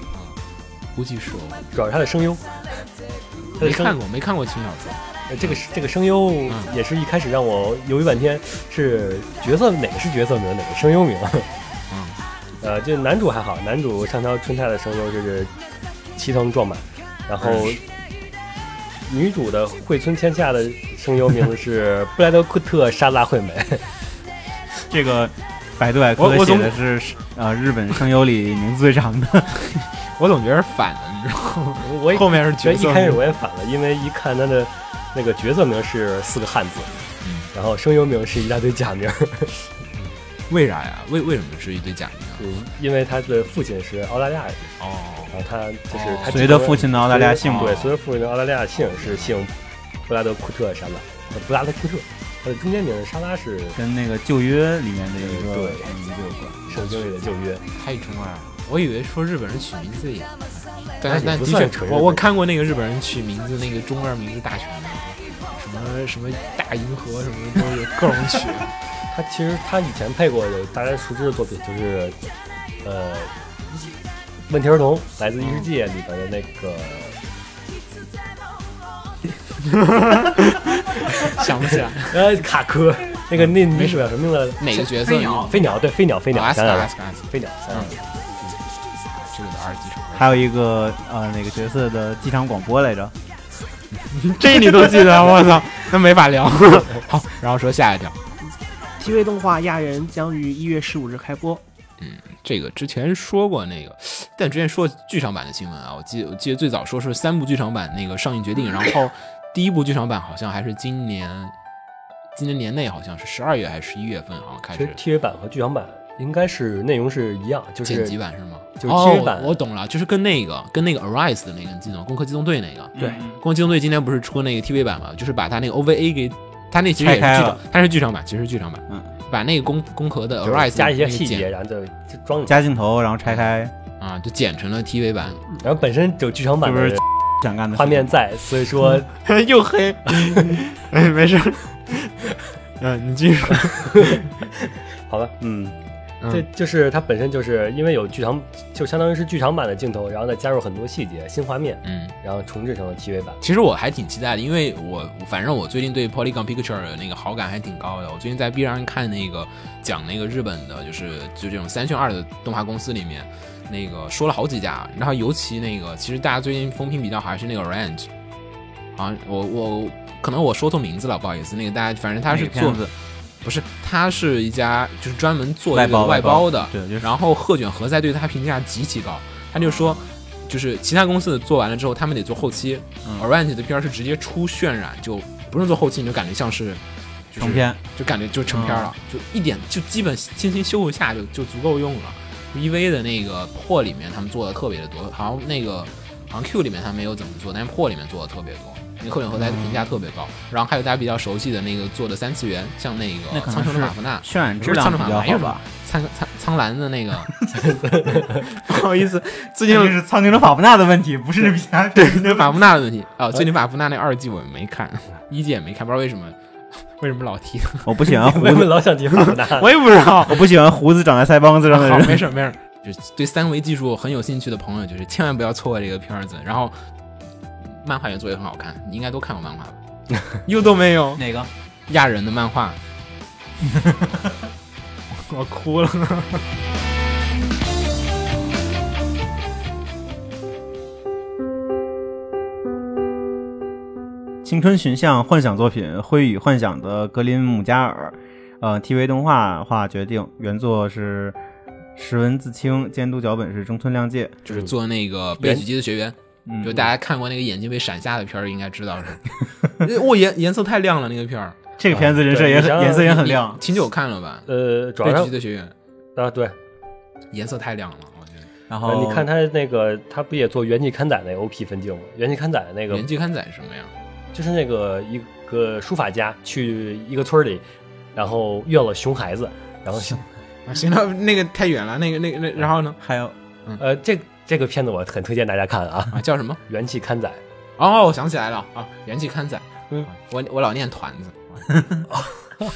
S2: 估计是我
S3: 主要是他的声优，他
S2: 没
S3: 的声
S2: 看过，没看过轻小说。
S3: 呃这个这个声优
S2: 嗯
S3: 也是一开始让我犹豫半天，是角色哪个是角色名，哪个声优名？
S2: 嗯，
S3: *laughs* 呃，就男主还好，男主上条春菜的声优就是齐藤壮马，然后
S2: 嗯
S3: 女主的惠村千夏的声优名字是布莱德库特沙拉惠美， *laughs*
S4: 这个百度百
S2: 我
S4: 科
S2: 我
S4: 写
S2: 总
S4: 的是呃日本声优里名字最长的，
S2: 我总觉得是反的，你知道吗？
S3: 我也
S2: 后面是
S3: 觉
S2: 角
S3: 得
S2: 色
S3: 一开始我也反了，因为一看他的那个角色名是四个汉字，
S2: 嗯
S3: 然后声优名是一大堆假名。
S2: 为啥呀？为为什么是一堆假名啊？
S3: 嗯，因为他的父亲是澳大利亚人，
S2: 哦
S3: 然后他就是
S2: 哦
S3: 他
S4: 随着父亲的澳
S3: 澳
S4: 大利亚姓嘛
S3: 呃对，随着父亲的澳大利亚姓是姓布拉德库特山吧，布拉德库特，它的中间名是沙拉是
S4: 跟那个旧约里面的一个
S3: 对
S4: 名字有关。
S3: 圣经里的旧约，
S2: 太中二了。我以为说日本人取名字也，
S3: 那
S2: 但
S3: 也
S2: 但
S3: 不
S2: 的
S3: 算
S2: 确，
S3: 纯日
S2: 我
S3: 本
S2: 我看过那个日本人取名字，那个中二名字大全，什么什么大银河什么的都有各种取。
S3: 它其实它以前配过的大家熟知的作品就是，呃，问题儿童来自异世界里边的那个
S2: 想不起来
S3: 呃卡科，那个那女主叫什么名字？
S2: 哪个角色
S4: 飞鸟嗯
S3: 飞鸟对飞鸟飞鸟，
S2: 阿斯
S3: 想
S2: 卡阿
S3: 想来
S2: 斯卡阿斯卡
S3: 飞鸟，想啊想
S2: 这个的二级
S4: 还
S2: 成
S4: 有一个呃哪个角色的机场广播来着？
S2: 分，这你都记得，我操，那没法聊。好，然后说下一条，
S5: TV 动画《亚人》将于一月十五日开播。
S2: 这个之前说过那个，但之前说剧场版的新闻啊，我记我记得最早说是三部剧场版那个上映决定，然后第一部剧场版好像还是今年，今年年内好像是十二月还是十一月份好像开
S3: 其
S2: 始
S3: 实 TV 版和剧场版应该是内容是一样，就
S2: 剪辑
S3: 是
S2: 版是吗？
S3: 就是
S2: 哦
S3: TV 版，
S2: 我懂了，就是跟那个跟那个 Arise 的那个，你记得吗？攻壳机动队那个，
S5: 对
S2: 《攻壳机动队》今天不是出那个 TV 版嘛，就是把它那个 OVA 给它那其实也是
S4: 拆
S2: 剧
S4: 开
S2: 场
S4: 了，
S2: 它是剧场版，其实是剧场版，
S4: 嗯，
S2: 把那个攻攻壳的
S3: 就是
S2: Arise
S3: 加一些
S2: 那个
S3: 细节，
S2: 剪
S3: 然后就就装进去。
S4: 加镜头，然后拆开，
S2: 啊，就剪成了 TV 版，
S3: 然后本身就剧场版
S4: 就是
S3: 的
S4: 想干的事
S3: 画面在，所以说
S2: *laughs* 又
S3: *laughs*
S2: 黑，哎，没事，嗯，你继续，
S3: *laughs* 好吧，
S4: 嗯，
S3: 这
S2: 嗯，
S3: 就是它本身就是因为有剧场，就相当于是剧场版的镜头，然后再加入很多细节、新画面，
S2: 嗯。
S3: 然后重制成了 TV 版。
S2: 其实我还挺期待的，因为我反正我最近对 Polygon Picture 的那个好感还挺高的。我最近在 B 站看那个讲那个日本的，就是就这种三选二的动画公司里面，那个说了好几家，然后尤其那个其实大家最近风评比较好还是那个 Range，啊，我我可能我说错名字了，不好意思，那个大家反正他是啊
S4: 哪个
S2: 做
S4: 片子
S2: 不是他是一家就是专门做
S4: 外
S2: 这个
S4: 包
S2: 外包的，
S4: 对，就是
S2: 然后鹤卷和在对他评价极其高，他就说，就是其他公司做完了之后，他们得做后期、
S4: 嗯
S2: o r a n g e 的片儿是直接出渲染，就不用做后期，你就感觉像是就是
S4: 成，片，嗯
S2: 就感觉就成片了，就一点就基本轻轻修复下就就足够用了。EV 的那个破里面他们做的特别的多，好像那个好像 Q 里面他没有怎么做，但是破里面做的特别多。那个鹤卷和在的评价特别高，然后还有大家比较熟悉的那个做的三次元，像那
S4: 嗯那
S2: 个
S4: 可
S2: 苍
S4: 能
S2: 穹的
S4: 是
S2: 马夫纳，
S4: 渲染质量比较好吧？
S2: 苍苍苍蓝的那个， *laughs* 不好意思，最近
S4: 毕竟是苍穹的法布纳的问题，不是这其他 *laughs* 对
S2: *laughs* 那马布纳的问题啊，最近马布纳那二季我没看，一季也没看，不知道为什么， *laughs* 为什么老提，
S4: 我不喜欢
S3: *laughs*
S4: 胡
S3: 为什么
S4: 子，
S3: 老想提法纳？
S2: *laughs* 我也不知道。
S4: 我不喜欢胡子长在腮帮
S2: *laughs*
S4: 子上的
S2: 好，没
S4: 人。
S2: 事儿没事儿，就是对三维技术很有兴趣的朋友，就是千万不要错过这个片儿子。然后，漫画也做的很好看，你应该都看过漫画吧？又都没有
S4: 哪个？
S2: 亚人的漫画，我哭了。
S4: 青春寻像幻想作品《灰与幻想》的格林姆加尔，呃，TV 动画化决定，原作是石文自清，监督脚本是中村亮介。
S2: 就是做那个悲剧机的学员，
S4: 嗯
S2: 就大家看过那个眼睛被闪瞎的片儿，应该知道是。我颜颜色太亮了，那个片儿
S4: 这个片子人设也
S3: 对你
S4: 很
S3: 想
S4: 颜色也很
S2: 你
S4: 亮，
S2: 秦九看了吧？
S3: 呃，主
S2: 悲剧
S3: 要
S2: 机
S3: 是
S2: 的学员
S3: 啊，对，
S2: 颜色太亮了，我觉得。
S3: 呃
S4: 然后
S3: 你看他那个，他不也做元气刊载那个 OP 分镜吗？元气刊载那个
S2: 原剧刊载是什么样？
S3: 就是那个一个书法家去一个村儿里，然后要了熊孩子，然后
S2: 啊，行了，那个太远了，那个那个那然后呢？
S4: 还有
S3: 呃，这这个片子我很推荐大家看啊，
S2: 啊，叫什么？
S3: 《元气刊载
S2: 哦，我想起来了啊，元气刊载。啊
S3: 嗯
S2: 我我老念团子，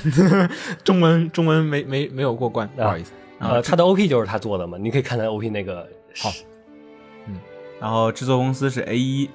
S2: *laughs* 中文中文没没没有过关，不好意思。》
S3: 呃，他的 OP 就是他做的嘛，你可以看他 OP 那个
S2: 好
S4: 然后制作公司是 A 一，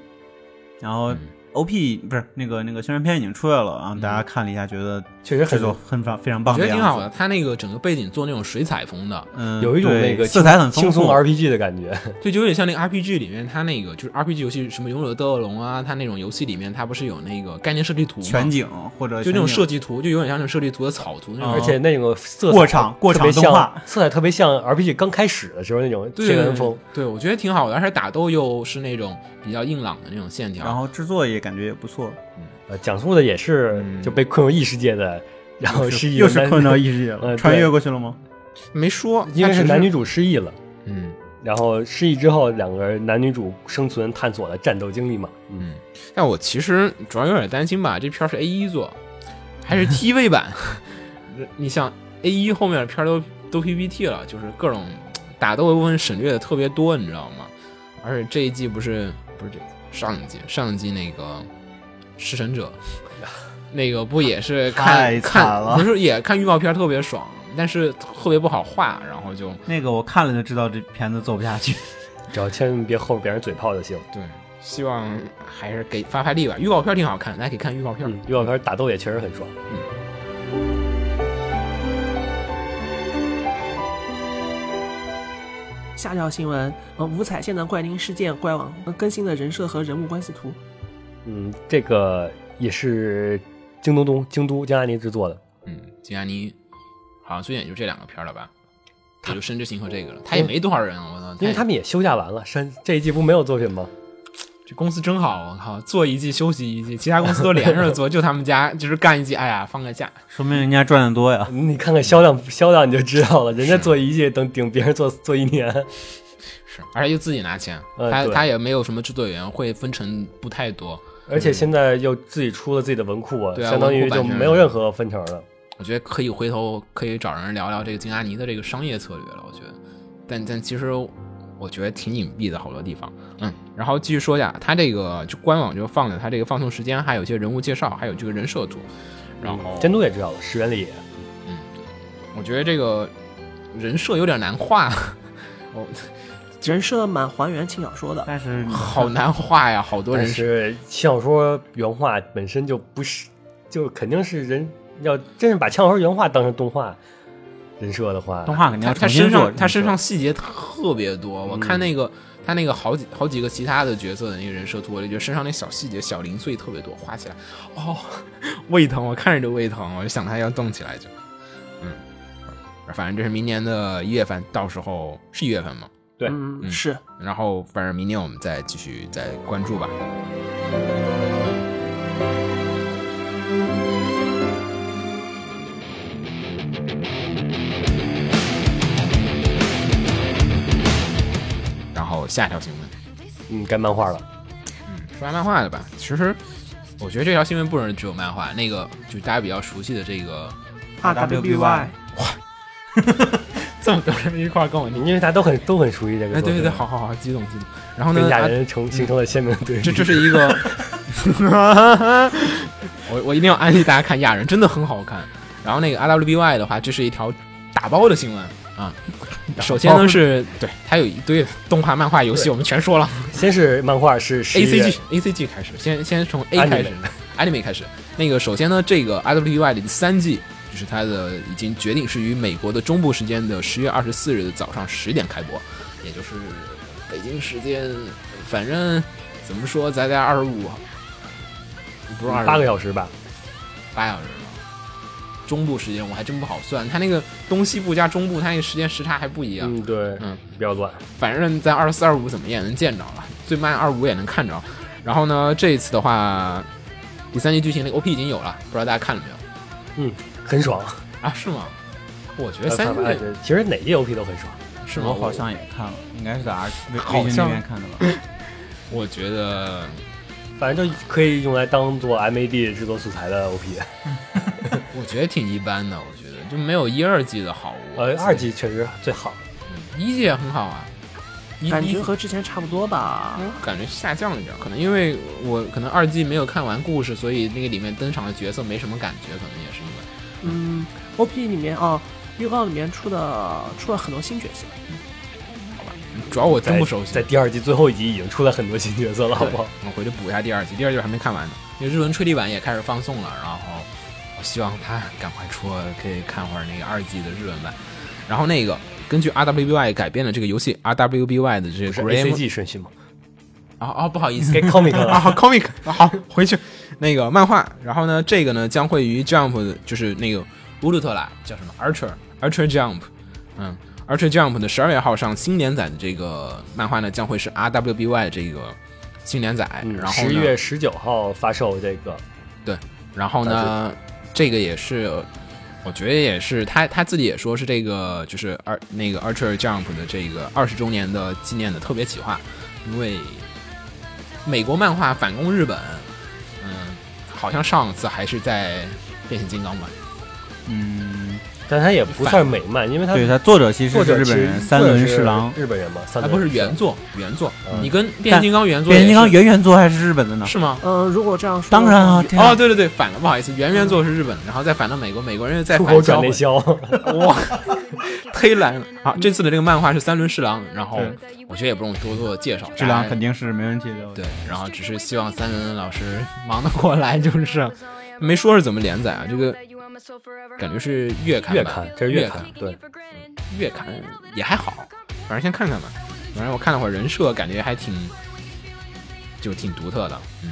S4: 然后
S2: 嗯
S4: OP 不是那个那个宣传片已经出来了，然后
S2: 嗯
S4: 大家看了一下，觉得
S3: 确实
S4: 制
S3: 很
S4: 作很棒，非常
S2: 我
S4: 棒，
S2: 觉得挺好
S4: 的
S2: 的，
S4: 样子。
S2: 他那个整个背景做那种水彩风的，
S4: 嗯，
S3: 有一种
S4: 对
S3: 那个
S4: 色彩很
S3: 轻
S4: 丰
S3: 松
S4: 富，
S3: RPG 的感觉，
S2: 对，就有点像那个 RPG 里面，它那个就是 RPG 游戏，什么《勇者斗恶龙》啊，它那种游戏里面，它不是有那个概念设计图吗？
S4: 全景或者
S2: 就那种
S4: 全景
S2: 设计图，就有点像那种设计图的哦草图那种。
S4: 啊
S3: 而且那个色彩
S4: 过场过
S3: 特
S4: 场
S3: 别
S4: 动画
S3: 像，色彩特别像 RPG 刚开始的时候那种
S2: 对
S3: 田园风，
S2: 对，我觉得挺好的，而且打斗又是那种比较硬朗的那种线条。
S4: 然后制作也感觉也不错，
S3: 呃，讲述的也是
S2: 嗯
S3: 就被困入异世界的，然后失忆
S4: 又
S3: 了
S4: 是
S3: 男
S4: 困到异世界
S3: 呃
S4: 了，
S3: 对
S4: 穿越过去了吗？
S2: 没说，
S3: 因
S2: 它
S3: 为
S2: 只
S3: 是
S2: 是
S3: 男女主失忆了。
S2: 嗯
S3: 然后失忆之后，两个男女主生存探索了战斗经历嘛。
S2: 嗯。但我其实主要有点担心吧，这片儿是 A 一做，还是
S4: *laughs*
S2: TV 版。 *laughs* 你像 A 一后面的片儿都都 PPT 了，就是各种打斗的部分省略的特别多，你知道吗？而且这一季不是不是这一季上一季上一季那个食神
S4: *laughs*
S2: 者，那个不也是看
S4: 太惨了
S2: 看不是也看预告片儿特别爽，但是特别不好画，然后就
S4: 那个我看了就知道这片子做不下去。 *laughs*
S3: 只要千万别后面别人嘴炮就行。
S2: 对，希望
S4: 嗯
S2: 还是给发发力吧。预告片儿挺好看，大家可以看预告片儿。
S3: 嗯，预告片打斗也确实很爽。
S5: 下条新闻，呃，五彩线的怪灵事件官网更新了人设和人物关系图。
S3: 嗯，这个也是京东东京都江安妮制作的。
S2: 嗯，金安妮好像最近也就这两个片儿了吧，也就《深之行》和这个了。他也没多少人，啊我操！
S3: 因为他们也休假完了，删这一季不没有作品吗？ *laughs*
S2: 这公司真好，我靠，做一季休息一季，其他公司都连着
S3: *laughs*
S2: 做，就他们家就是干一季，哎呀，放个假。
S4: 说明人家赚的多呀。
S3: 你看看销量销量你就知道了，人家做一季等顶别人做做一年。
S2: 是，而且就自己拿钱，
S3: 呃
S2: 他
S3: 对
S2: 他也没有什么制作委员会，分成不太多。
S3: 而且现在又自己出了自己的文库啊，
S2: 对啊
S3: 相当于
S2: 文库
S3: 就
S2: 版权
S3: 没有任何分成了。
S2: 我觉得可以回头可以找人聊聊这个金阿尼的这个商业策略了。我觉得，但但其实我觉得挺隐蔽的，好多地方。嗯，然后继续说一下，他这个就官网就放了他这个放送时间，还有一些人物介绍，还有这个人设图。然后
S3: 监嗯督也知道了，石原里也
S2: 我觉得这个人设有点难画，
S5: 人设蛮还原轻小说
S2: 哎
S5: 的，
S4: 但是你
S2: 好难画呀，好多
S3: 但
S2: 人设。
S3: 是轻小说原画本身就不是，就肯定是人要真是把轻小说原画当成动画人设的话，
S4: 动画肯
S2: 他
S4: 定要
S2: 他
S4: 重
S2: 身
S4: 新做嗯
S2: 上他身上细节特别多，我看那个他那个好几好几个其他的角色的那个人设图，我就觉得身上那小细节小零碎特别多，画起来哦，胃疼，我看着就胃疼，我就想他要动起来就，嗯，反正这是明年的一月份，到时候是一月份嘛，
S3: 对
S5: 嗯，
S2: 嗯
S5: 是
S2: 然后反正明年我们再继续再关注吧。然后下一条新闻，
S3: 嗯，该漫画了。
S2: 嗯，说完漫画的吧。其实我觉得这条新闻不能只有漫画，那个就大家比较熟悉的这个，
S5: RWBY
S4: RWBY。
S2: 这么多人一块儿跟我念，
S3: 因为大家都很都很熟悉这个
S2: 哎，
S3: 作
S2: 对
S3: 品，
S2: 对对，好好好，激动激动。然后呢
S3: 跟，亚
S2: 啊
S3: 人成形成了鲜明的对
S2: 这
S3: 比。
S2: 这是一个，我我一定要安利大家看亚人，真的很好看。然后那个 RWBY 的话，这是一条打包的新闻啊。首先呢是对，它有一堆动画、漫画、游戏，我们全说了。
S3: 先是漫画是
S2: A
S3: 11
S2: C
S3: 月
S2: G A C G 开始，先先从 A
S3: Anime
S2: 开始，Anime 开始。那个首先呢，这个 RWBY 的第三季就是它的已经决定是于美国的中部时间的十月二十四日的早上十点开播，也就是北京时间，反正怎么说，咱在二十五，不是二
S3: 八个小时吧，
S2: 八小时吧。中部时间我还真不好算，它那个东西部加中部，它那个时间时差还不一样。
S3: 嗯，对，
S2: 嗯
S3: 比较乱。
S2: 反正在二四二五怎么也能见着了，最慢二五也能看着。然后呢，这一次的话，第三季剧情那个 OP 已经有了，不知道大家看了没有
S3: 嗯，很爽。
S2: 啊？是吗？我觉得
S3: 呃
S2: 哎三
S3: 看
S2: 季
S3: 完了其实哪一 OP 都很爽。
S2: 是吗？
S4: 我好像也看了，应该是在 R 微
S2: 好
S4: 微信
S2: 像
S4: 那边看的吧。
S2: 我觉得
S3: 反正就可以用来当做 MAD 制作素材的 OP。
S2: 我觉得挺一般的，我觉得就没有一二季的好。我
S3: 呃，二季确实最好，
S2: 嗯一季也很好啊，一
S5: 感
S2: 一嗯
S5: 觉和之前差不多吧。
S2: 感觉下降了一点儿，可能因为我可能二季没有看完故事，所以那个里面登场的角色没什么感觉，可能也是因为。
S5: 嗯，OP 里面哦，预告里面出的出了很多新角色，
S2: 主要我真
S3: 在
S2: 不熟悉，
S3: 在第二季最后一集已经出来很多新角色了，好不好？
S2: 我回去补一下第二季，第二季我还没看完呢。因为日文吹力版也开始放送了，然后我希望它赶快出，可以看会儿那个二季的日文版。然后那个根据 RWBY 改编的这个游戏 RWBY 的这个
S3: 不是
S2: Grim
S3: ACG 顺序吗？
S2: 啊啊，不好意思
S3: *laughs* 该 comic
S2: 啊
S3: 了。
S2: 好 comic 啊好回去那个漫画，然后呢这个呢将会于 Jump 的就是那个乌鲁特拉叫什么 Archer Archer Jump，嗯 Archer Jump 的十二月号上新连载的这个漫画呢将会是 RWBY 的这个新连载，然后呢
S3: 嗯十一月十九号发售这个，
S2: 然后呢，这个也是，我觉得也是他他自己也说是这个就是二那个 Archer Jump 的这个二十周年的纪念的特别企划，因为美国漫画反攻日本，嗯，好像上次还是在变形金刚吧。
S4: 嗯，
S3: 但它也不算美漫，因为它
S4: 对，他作者其实
S3: 作
S4: 是
S3: 者
S4: 日
S3: 其
S4: 本
S3: 实
S4: 人三轮侍郎
S3: 作者，是日本人嘛，三
S2: 还
S3: 轮
S2: 啊不是
S3: 侍郎
S2: 原作，原作，
S3: 嗯
S2: 你跟变形金刚原作
S4: 变形金刚
S2: 也是
S4: 原原作还是日本的呢？
S2: 是吗？
S5: 嗯，如果这样说，
S4: 当然啊，，天啊
S2: 哦，对对对，反了，不好意思，原原作是日本，然后再反到美国，美国人又再
S3: 出
S2: 反
S3: 口转内
S2: 回
S3: 销，
S2: 哇，忒难了啊！这次的这个漫画是三轮侍郎，然后我觉得也不用多做介绍，
S4: 质量
S2: 大
S4: 肯
S2: 家
S4: 定是没问题的。
S2: 对，然后只是希望三轮老师忙得过来，就是没说是怎么连载啊，这个感觉是月刊吧，
S3: *laughs* 月刊，这是
S2: 月
S3: 刊，对，
S2: 月刊也还好，反正先看看吧。反正我看了会儿人设，感觉还挺，就挺独特
S3: *laughs*
S2: 的。嗯，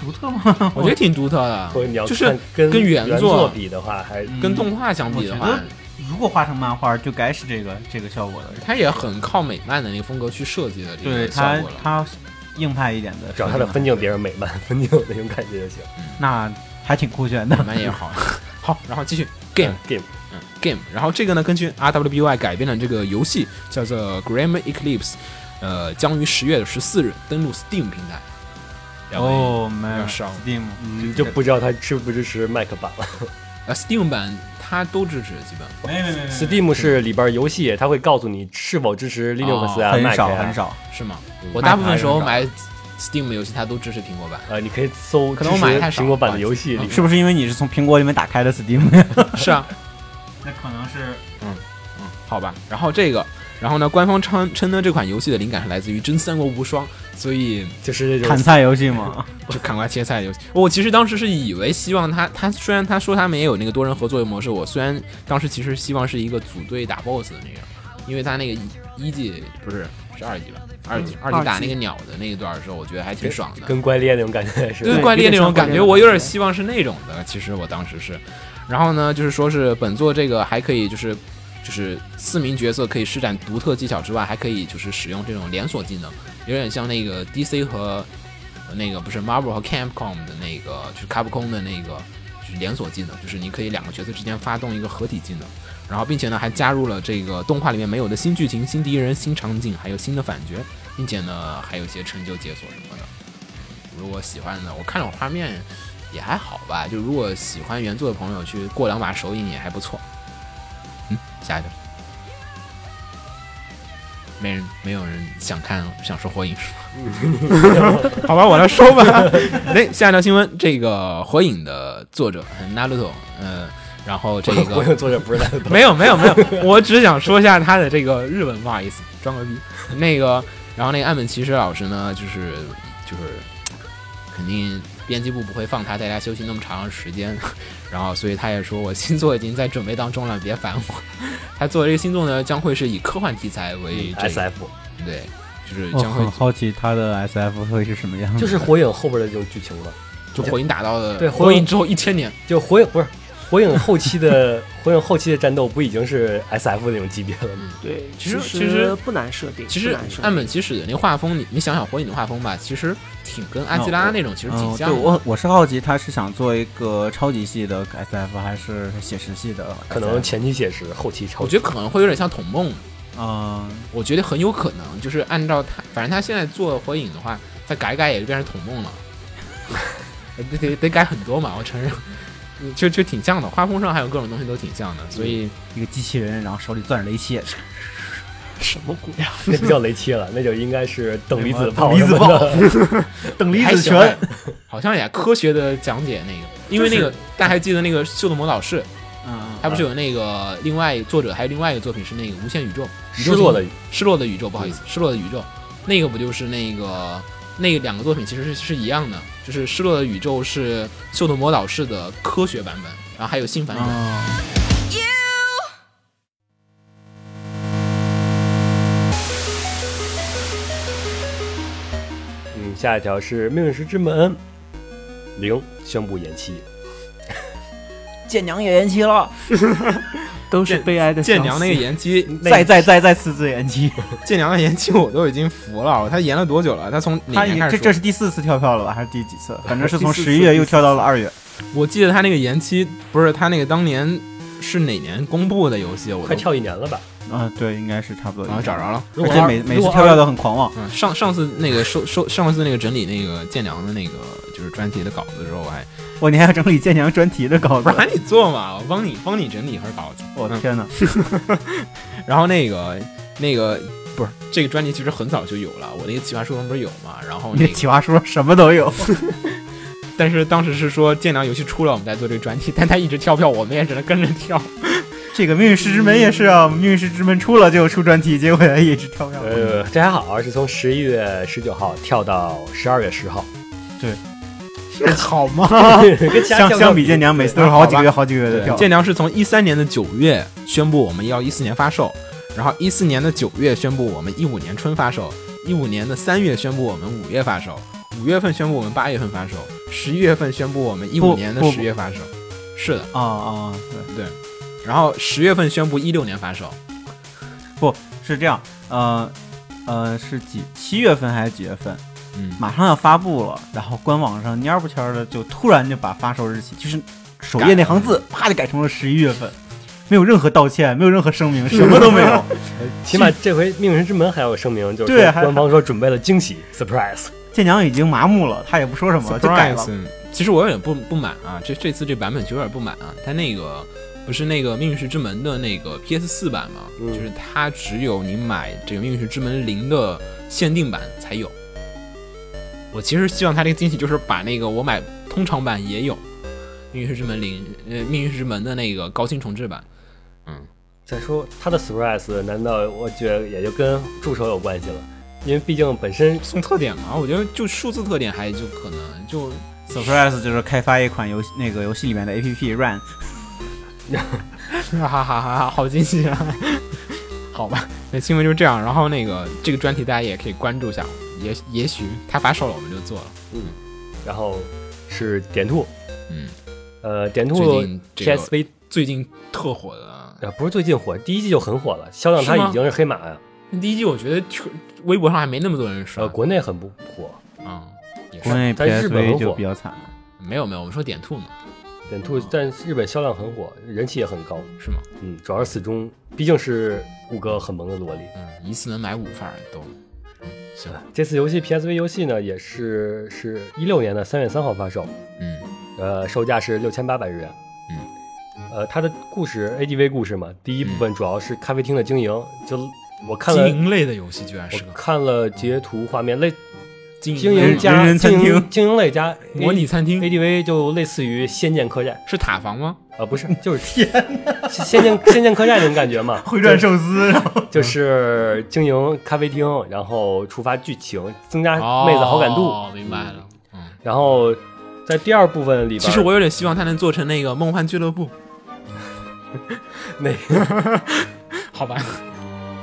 S4: 独特吗？
S2: 我觉得挺独特
S3: 或者你要
S2: 的，就是
S3: 看跟
S2: 跟
S3: 原
S2: 原作
S3: 比嗯的话，还
S4: 嗯
S2: 跟动画相比的
S4: 我觉
S2: 话
S4: 得，如果画成漫画，就该是这个这个效果的。
S2: 它也很靠美漫的那个风格去设计的这
S4: 对
S2: 个效
S4: 他
S2: 果了。
S4: 他硬派一点的，
S3: 只要它的分镜别是美漫分镜那种感觉就行。
S4: 那还挺酷炫的
S2: 美。漫也 *laughs* 好，好，然后继续 game
S3: 嗯 game，
S2: 嗯 game，然后这个呢，根据 RWBY 改编的这个游戏叫做 Gram Eclipse，呃，将于十月的十四日登陆 Steam 平台。两位
S4: 哦，没有
S2: 要上
S4: Steam，
S3: 嗯，就不知道它支不支持 Mac 版了。
S2: 呃，Steam 版它都支持，基本
S4: 没没没
S3: Steam 是里边游戏，它会告诉你是否支持 Linux 啊、
S4: 哦很
S3: Mac
S4: 少
S3: 啊，
S4: 很。少。
S2: 是吗
S3: 嗯？
S2: 我大部分时候
S4: 卖
S2: 买 Steam 的游戏，它都支持苹果版。
S3: 呃，你可以搜
S2: 可能我买得
S3: 支持
S2: 太少嗯
S3: 苹果版的游戏
S2: 不好
S3: 里
S2: 意，
S4: 是不是因为你是从苹果里面打开的 Steam？
S2: *laughs* 是啊，
S4: *laughs* 那可能 *laughs* 是
S2: 嗯，好吧。然后这个，然后呢，官方称称呢这款游戏的灵感是来自于《真三国无双》，所以
S3: 就是那
S4: 砍
S3: 种
S4: 菜游戏 *laughs* 嘛。
S2: 就砍瓜切菜游戏。我其实当时是以为希望他他虽然他说他们也有那个多人合作的模式，我虽然当时其实希望是一个组队打 BOSS 的那种，因为他那个一一季不是是二季吧，二季嗯二季打那个鸟的那一段的时候，我觉得还挺爽的。
S3: 跟怪猎那种感觉似
S2: 对
S3: 的。
S2: 怪猎那种感觉，我有
S4: 有点像怪猎那种感
S2: 点
S4: 觉
S2: 希望是那种的。其实我当时是，然后呢，就是说是本作这个还可以，就是就是四名角色可以施展独特技巧之外，还可以就是使用这种连锁技能，有点像那个 DC 和呃那个不是 Marvel 和 Capcom 的那个就是 Capcom 的那个就是连锁技能，就是你可以两个角色之间发动一个合体技能。然后，并且呢，还加入了这个动画里面没有的新剧情、新敌人、新场景，还有新的反角，并且呢，还有一些成就解锁什么的。如果喜欢的，我看了我画面也还好吧。就如果喜欢原作的朋友去过两把手瘾也还不错。嗯，下一个，没人，没有人想看想说火影是吧？ *laughs* 好吧，我来说吧。 *laughs* 哎，下一条新闻，这个《火影》的作者 Naruto，嗯、呃，然后这 *laughs* 个
S3: 我有作者不是在
S2: 没有没有没有，我只想说一下他的这个日文，不好意思，装个逼。那个，然后那个岸本齐史老师呢，就是就是肯定编辑部不会放他在家休息那么长的时间，然后所以他也说我新作已经在准备当中了，别烦我。他做的这个新作呢，将会是以科幻题材
S3: *laughs*
S2: 为这
S3: S
S2: 个
S3: F，
S2: 对，就是
S4: 我
S2: 将会
S4: 很哦好奇他的 SF 会是什么样。
S3: 就是火影后边的这种剧情了。
S2: 就火影打到的
S3: 对
S2: 火
S3: 火
S2: 影
S3: 影
S2: 之后一千年，
S3: 就火影不是火影后期的 *laughs* 火影后期的战斗不已经是 S F 那种级别了吗？
S2: 嗯
S5: 对，
S2: 其实其
S5: 其
S2: 实
S5: 不难设定，
S2: 其
S5: 不
S2: 实
S5: 难设定
S2: 岸本齐史的那画风，你你想想火影的画风吧，其实挺跟阿基拉那种其实挺
S4: 嗯，对
S2: 像的。
S4: 我我是好奇他是想做一个超级系的 SF 还是写实系的 SF？
S3: 可能前期写实，后期超
S2: 我觉得可能会有点像童梦，
S4: 嗯，
S2: 我觉得很有可能就是按照他，反正他现在做火影的话，再改一改也就变成童梦了， *laughs* 得得得改很多嘛，我承认，就就挺像的，画风上还有各种东西都挺像的，所以
S4: 一个机器人，然后手里攥着雷切，
S5: 什么鬼呀？
S3: *laughs* 那不叫雷切了，那就应该是
S2: *laughs*
S3: 等离子炮
S4: 等离
S3: 什
S4: 子
S3: 么
S4: 炮
S3: 的。
S4: 等
S2: 还行吧，好像也科学的讲解
S3: *laughs*
S2: 那个，因为那个大家还记得那个秀的魔导士，
S4: 嗯，
S2: 他不
S3: 啊
S2: 是有那个另外作者还有另外一个作品是那个无限宇宙，宇
S3: 失
S2: 宙
S3: 落
S2: 的
S3: 的
S2: 失落的宇宙，不好意思，失落的宇宙，那个不就是那个那两个作品其实是是一样的，就是失落的宇宙是秀逗魔导士的科学版本，然后还有新版本。
S4: 嗯
S3: 嗯，下一条是《命运石之门》零宣布延期，
S4: 舰娘也延
S2: *laughs*
S4: 期了，
S5: 都是悲哀的
S2: 剑
S5: 消
S2: 娘
S5: 息
S2: 那个延期，
S4: 再再再再次次延期，
S2: 剑娘的延期我都已经服了，他延了多久了？他从哪
S4: *laughs* 他
S2: 年
S4: 也
S2: 开始说
S4: 这这是第四次跳票了吧？还是第几次？反正是从
S5: 第四次
S4: 十一月又跳到了二月。
S2: 我记得他那个延期不是他那个当年是哪年公布的游戏？我都
S3: 快跳一年了吧？
S4: 嗯，对，应该是差不多。
S2: 啊，找着了。
S3: 如
S4: 而
S3: 果
S4: 且
S3: 二
S4: 每每
S3: 如
S4: 次
S3: 果
S4: 跳票都很狂妄。
S2: 嗯，上上次那个收收上次那个整理那个建良的那个就是专题的稿子的时候，我还
S4: 我你还要整理建娘专题的稿
S2: 不
S4: 子
S2: *laughs* 是，喊你做嘛，我帮你帮你整理一份稿子。
S4: 我、天哪！
S2: 然后那个那个不是这个专辑其实很早就有了，我那个企划书上不是有嘛？然后
S4: 你
S2: 那
S4: 的
S2: 个，
S4: 企划书什么都有，
S2: 但是当时是说建良游戏出了，我们再做这个专辑， *laughs* 但他一直跳票，我们也只能跟着跳。
S4: 这个命运石之门也是啊，命运石之门出了就出专题，结果也一直跳票。
S3: 呃，这还好，是从十一月十九号跳到十二月十号，
S4: 好吗？
S3: *laughs* 跟其他
S4: 啊相
S3: 跳
S4: 相比建娘，每次都是好几个月、好几个月的跳。
S2: 建良是从一三年的九月宣布我们要一四年发售，然后一四年的九月宣布我们一五年春发售，一五年的三月宣布我们五月发售，五月份宣布我们八月份发售，十一月份宣布我们一
S4: 不
S2: 五年的
S4: 不
S2: 十月发售。是的，
S4: 啊啊，对，
S2: 然后十月份宣布一六年发售，
S4: 不是这样，呃呃，是几七月份还是几月份？
S2: 嗯，
S4: 马上要发布了，然后官网上蔫不蔫儿的就突然就把发售日期，就是首页那行字，啪就改成了十一月份，没有任何道歉，没有任何声明，什么都没 *laughs* 有。
S3: 起码这回《命运之门》还有声明，就是
S4: 对
S3: 说
S4: 还
S3: 官方说准备了惊喜 surprise。
S4: 建娘已经麻木了，他也不说什么了，就改了。
S2: Surprise，其实嗯我有点不不满啊，这这次这版本其实有点不满啊。它那个不是那个《命运石之门》的那个 PS 四版嘛，
S3: 嗯
S2: 就是它只有你买这个《命运石之门零》的限定版才有。我其实希望它这个惊喜就是把那个我买通常版也有《命运石之门零》呃《命运石之门》的那个高清重制版。
S3: 再说他的 surprise，难道我觉得也就跟助手有关系了？因为毕竟本身
S2: 送特点嘛，啊我觉得就数字特点还就可能就
S4: Surprise 就是开发一款游戏那个游戏里面的 APP Run，
S2: *laughs* 哈哈哈哈，好惊喜啊！好吧，那新闻就这样。然后那个这个专题大家也可以关注一下，也也许它发售了我们就做了。
S3: 然后是点兔，
S2: 嗯，
S3: 呃，点
S2: 最
S3: 兔
S2: 近这个
S3: PSV
S2: 最近特火的
S3: 呃不是最近火，第一季就很火了，销量它
S2: 是吗
S3: 已经是黑马呀。
S2: 第一季，我觉得微博上还没那么多人刷
S3: 呃，国内很不火，
S2: 啊、也
S4: 国
S2: 是
S4: 内
S3: 在日本很
S4: PSV
S3: 火
S4: 就比较惨了。
S2: 没有没有，我们说点兔呢，
S3: 点兔但日本销量很火，人气也很高。
S2: 是吗？
S3: 嗯，主要是死忠，毕竟是五个很萌的萝莉。
S2: 嗯，一次能买五份儿都，嗯，行，
S3: 这次游戏 PSV 游戏呢，也是是一六年的三月三号发售，
S2: 嗯
S3: 呃，售价是六千八百日元。嗯，呃，它的故事 ADV 故事嘛，第一部分主要是咖啡厅的经营，就我看
S2: 经
S3: 了
S2: 营类的游戏居然是
S3: 我
S2: 个
S3: 看了截图画面，类
S2: 经
S3: 经
S2: 类
S3: 营哎
S2: 的
S3: 加
S4: 人人餐
S3: 经营
S4: 厅
S3: 经营类加
S2: 模拟餐厅
S3: ADV 就类似于《仙剑客栈》
S2: 是塔防吗？
S3: 啊、不是，就是天《仙剑仙剑客栈》那种感觉嘛，
S4: 回转寿司，然后
S3: 就是经营咖啡厅，然后触发剧情，增加哎妹子好感度。
S2: 哦，明白了。嗯，
S3: 然后在第二部分里边，
S2: 其实我有点希望它能做成那个梦幻俱乐部。
S3: *laughs* 那
S2: 好吧，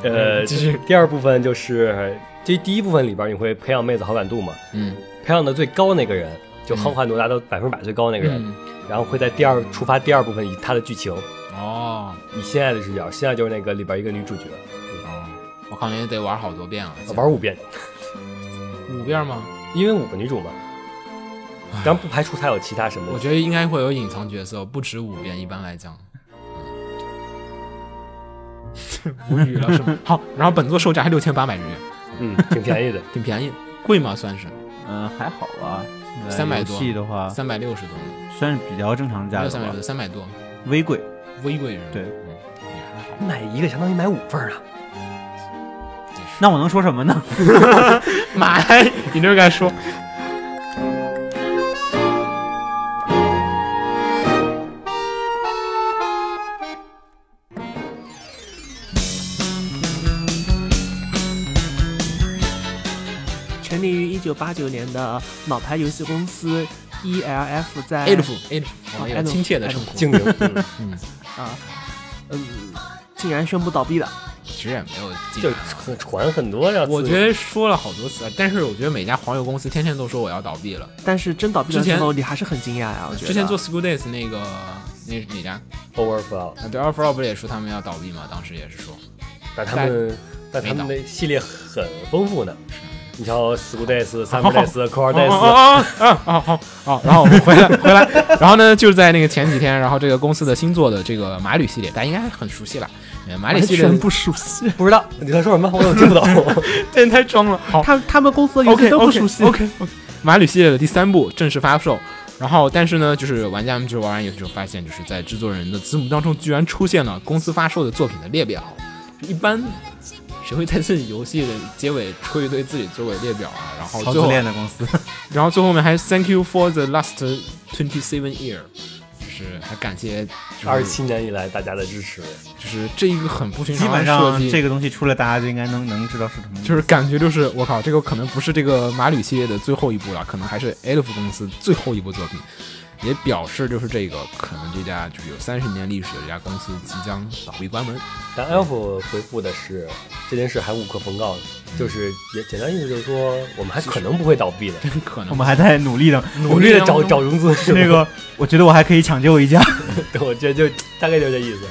S3: 呃，
S2: 继续
S3: 第二部分就是这第一部分里边，你会培养妹子好感度嘛？
S2: 嗯，
S3: 培养的最高那个人，就好感度达到百分之百最高那个人，
S2: 嗯
S3: 然后会在第二触发第二部分以他的剧情，
S2: 哦，
S3: 以现在的视角，现在就是那个里边一个女主角，
S2: 哦，我靠，你也得玩好多遍了，
S3: 玩五遍，
S2: 五遍吗？
S3: 因为五个女主嘛。然后不排除她有其他什么
S2: 我，觉得应该会有隐藏角色，不止五遍，一般来讲。嗯无语了
S4: *laughs*
S2: 是吗？好，然后本作售价还六千八百日元，
S3: 嗯，挺便宜的。
S2: 挺便宜，贵吗？算是
S4: 嗯还好吧。现在
S2: 300多
S4: 游戏的话，
S2: 三百六十多，
S4: 算是比较正常的
S2: 没
S4: 价
S2: 有
S4: 格
S2: 三百
S4: 吧
S2: 多，，三百多，
S4: 微贵。
S2: 微贵是吧？
S4: 对
S2: 嗯，也还好，
S3: *laughs* 买一个相当于买五份儿啊，
S2: 也是。
S4: 那我能说什么呢？
S2: 买，你这该说。
S5: 成立于一九八九年的老牌游戏公司 ELF
S4: 哎
S5: 在
S2: A 夫 A 夫，我们有
S5: Adolf，
S2: 亲切的称呼。
S3: 精灵。嗯
S5: 啊，嗯，竟然宣布倒闭了。
S2: 其实也没有进
S3: 就
S2: 来。
S3: 很传很多呀。
S2: 我
S3: 自
S2: 觉得说了好多次了，但是我觉得每家黄油公司天天都说我要倒闭了。
S5: 但是真倒闭的
S2: 之前
S5: 时候，你还是很惊讶啊呀、我觉得
S2: 之前做 School Days 那个那是哪家？
S3: overflow，
S2: 啊，对 o u r f l o w 不是也说他们要倒闭吗？当时也是说，
S3: 但他们但他们的系列很丰富呢。你瞧，School Days、Summer Days、Core
S2: 哦
S3: Days，
S2: 哦哦哦哦哦哦，然后我们回来回来，然后呢，就是在那个前几天，然后这个公司的新做的这个马里系列，大家应该很熟悉了。呃马里
S5: 完
S2: 系列
S5: 全
S2: *laughs*
S5: 不熟悉。
S3: 不知道你在说什么，我怎么听不懂？
S2: 这人太装了。好
S5: 他他们公司的游戏
S2: OK
S5: 都不
S2: OK
S5: 熟悉。嗯
S2: OK OK，马里系列的第三部正式发售，然后，但是呢，就是玩家们就玩完以后就发现，就是在制作人的字幕当中居然出现了公司发售的作品的列表。就一般谁会在自己游戏的结尾出一堆自己作为列表啊？然后
S4: 超
S2: 最
S4: 自
S2: 后，
S4: 恋的公司，
S2: 然后最后面还 Thank you for the last twenty seven year，就是还感谢就是
S3: 二十七年以来大家的支持，
S2: 就是这一个很不寻
S4: 基
S2: 常的
S4: 本
S2: 设
S4: 上
S2: 计，
S4: 这个东西出来，大家就应该能能知道是什么。
S2: 就是感觉就是我靠，这个可能不是这个马里系列的最后一部了，可能还是 Elf 公司最后一部作品，也表示就是这个可能这家就是有三十年历史的这家公司即将倒闭关门。
S3: 但 Alf 回复的是这件事还无可奉告，就是也简单意思就是说我们还可能不会倒闭的，
S2: 真可能
S4: 我们还在哦
S2: *laughs*
S4: 努力的，
S3: 努力的 *laughs* 找找融资。
S4: 那个，我觉得我还可以抢救一家。
S3: 对，我觉得就大概就这意思。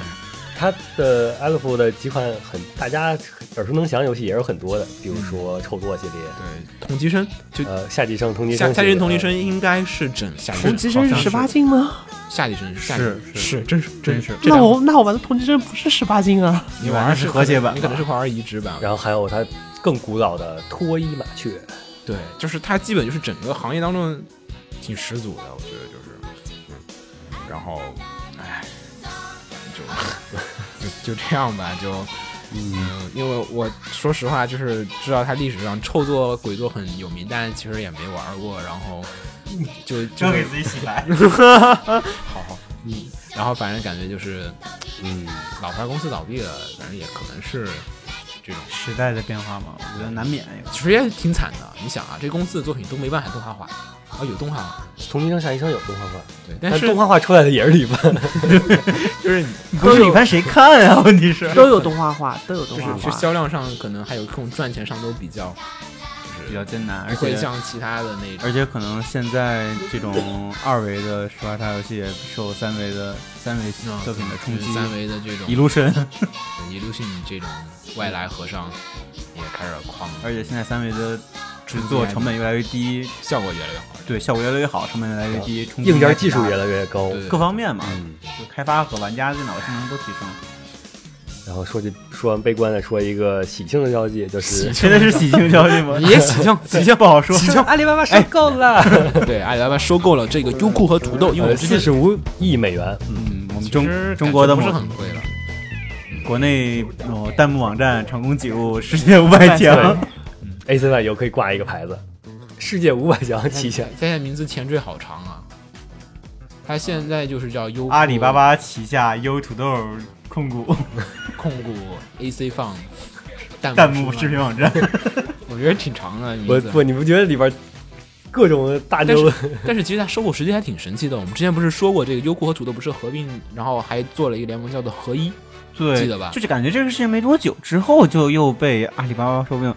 S3: 它的 Alf 的几款很大家耳熟能详的游戏也有很多的，比如说臭作系列，
S2: 对同级生就
S3: 呃，夏季生同级
S2: 夏
S3: 生，
S2: 夏季生同级生应该是整夏季
S5: 同级生
S2: 嗯好
S5: 是
S2: 像
S5: 十八禁吗？
S2: 夏季生夏
S4: 是
S2: 季
S4: 是
S2: 是真是真
S4: 是
S2: 这
S5: 那
S2: 两
S5: 我那我玩的同级生不是十八禁啊，
S2: 你玩的
S4: 你玩的是和谐版吧
S2: 你可能是块儿移植版吧。
S3: 然后还有它更古老的脱衣麻雀，
S2: 对，就是它基本就是整个行业当中挺十足的，我觉得就是，嗯，然后，哎，就就就这样吧，就，嗯，因为我说实话，就是知道它历史上臭作鬼作很有名，但其实也没玩过，然 *laughs* 后就 *laughs* 就
S4: 自己洗白，
S2: 好好，嗯，然后反正感觉就是，嗯，老牌公司倒闭了，反正也可能是这种。
S4: 时代的变化嘛，我觉得难免有。
S2: 其实也挺惨的，你想啊，这公司的作品都没办法动画化，啊有动画化，
S3: 同级生夏季生有动画化，
S2: 对，但
S3: 但
S2: 是
S3: 动画化出来的也是李帆，
S2: 就是你 *laughs*
S4: 不是你看谁看啊？问题是
S5: 都有动画化，都有动
S2: 就
S5: 画
S2: 是就
S5: 化。
S2: 销量上可能还有这种赚钱上都比较，就是
S4: 比较艰难，而
S2: 不会
S4: 且
S2: 像其他的那种
S4: 而且可能现在这种二维的十八叉游戏也受三维的三维
S2: 嗯
S4: 作品的冲
S2: 就是
S4: 击，
S2: 三维的这种
S4: 一路深。
S2: 一路性这种外来和尚也开始狂，
S4: 而且现在三维的制作成本越来越低，
S2: 效果越来越好，
S4: 对效果越来越好，成本越来越低，冲击
S3: 硬件
S4: 也
S3: 技术
S4: 挺大
S3: 越
S4: 的
S3: 来越高。
S2: 嗯对对 *laughs*
S4: 各方面嘛，
S3: 嗯，
S4: 就开发和玩家的脑性能都提升。
S3: 然后说句说完悲观的，说一个喜庆的消息，就是
S4: 真的是喜庆消息吗？
S2: *laughs* 也
S4: *laughs*
S2: 喜庆，
S4: 喜庆不好说，
S2: 哎
S3: 阿里巴巴收购了，
S2: 对，哎阿里巴巴收购了这个优酷和土豆，因为我
S3: 呃，
S2: 们之前
S3: 四十五亿美元，
S4: 嗯，我们
S2: 其
S4: 中
S2: 实
S4: 中国的
S2: 感
S4: 某
S2: 觉不是很贵了，
S4: 国内某弹幕网站成功挤入世界 *laughs* 五百强，
S3: A C Y 又可以挂一个牌子，世界五百强旗下。
S2: 现在名字前缀好长啊，它现在就是叫优酷
S4: 阿里巴巴旗下优土豆控股
S2: 控股 AC 放
S4: 弹幕视频，网站，
S2: 我觉得挺长的名
S3: 我
S2: 字。
S3: 不，你不觉得里边各种大
S2: 但
S3: 牛？
S2: 但是其实它收购时机还挺神奇的。我们之前不是说过，这个优酷和土豆不是合并，然后还做了一个联盟叫做合一。
S4: *laughs* 对，
S2: 记得吧
S4: 就是感觉这个事情没多久之后就又被阿里巴巴说不定